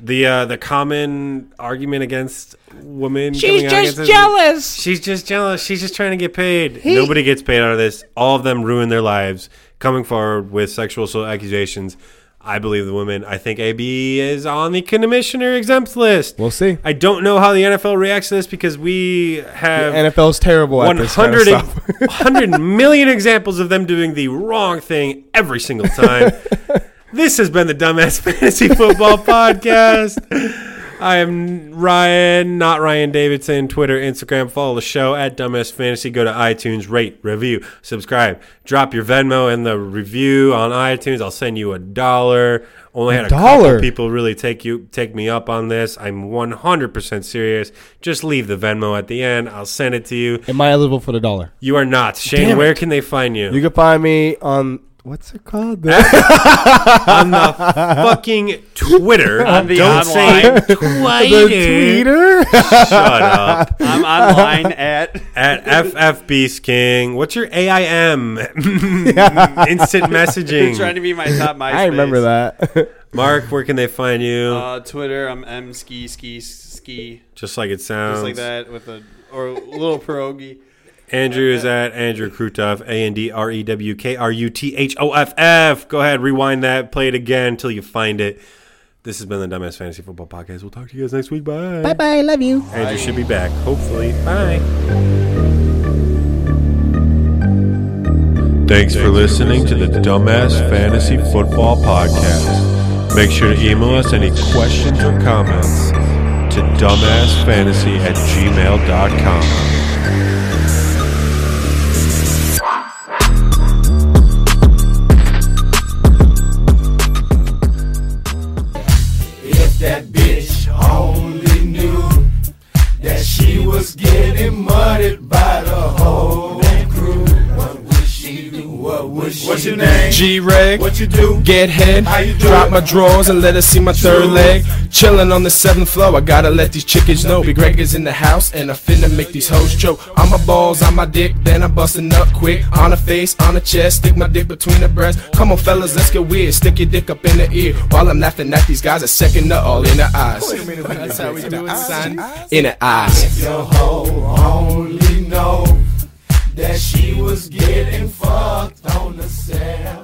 the uh, the common argument against women. She's just jealous. She's just jealous. She's just trying to get paid. Nobody gets paid out of this. All of them ruin their lives coming forward with sexual assault accusations. I believe the women. I think AB is on the commissioner exempt list.
We'll see.
I don't know how the NFL reacts to this because we have
NFL's terrible at this kind of
100,
stuff.
100 million examples of them doing the wrong thing every single time. this has been the Dumbass Fantasy Football Podcast. I am Ryan, not Ryan Davidson. Twitter, Instagram, follow the show at Dumbass Fantasy. Go to iTunes, rate, review, subscribe, drop your Venmo and the review on iTunes. I'll send you a dollar. Only had a
dollar?
couple people really take you take me up on this. I'm 100% serious. Just leave the Venmo at the end. I'll send it to you.
Am I eligible for the dollar?
You are not. Shane,
Damn
where
it.
can they find you?
You can find me on
what's it called? The-
on the fucking Twitter.
On the
Don't
online.
say
the
Twitter.
tweeter?
Shut up.
I'm online at
At FF Beast King. What's your AIM? Instant
trying
messaging.
to be my top. MySpace.
I remember that.
Mark, where can they find you?
Uh, Twitter, I'm m ski ski ski
just like it sounds.
just like that with a or little pierogi.
Andrew is at Andrew Krutov, A N D R E W K R U T H O F F. Go ahead, rewind that, play it again until you find it. This has been the Dumbass Fantasy Football Podcast. We'll talk to you guys next week. Bye. Bye bye. Love you. Andrew should be back, hopefully. Bye. Thanks for listening to the Dumbass Fantasy Football Podcast. Make sure to email us any questions or comments to dumbassfantasy at gmail.com.
If that bitch only knew that she was getting muddied by the whole crew, what would she do? What would she What's your name?
G Reg,
What you do?
get head,
How you doing?
drop my drawers and let her see my third leg. Chillin' on the seventh floor, I gotta let these chickens know. Big Greg is in the house and I finna make these hoes choke. On my balls, on my dick, then I'm bustin' up quick. On her face, on her chest, stick my dick between her breasts. Come on, fellas, let's get weird. Stick your dick up in her ear while I'm laughing at these guys. A second up all in her eyes. That's how we do it, son. In her eyes.
Your hoe only know that she was getting fucked on the cell.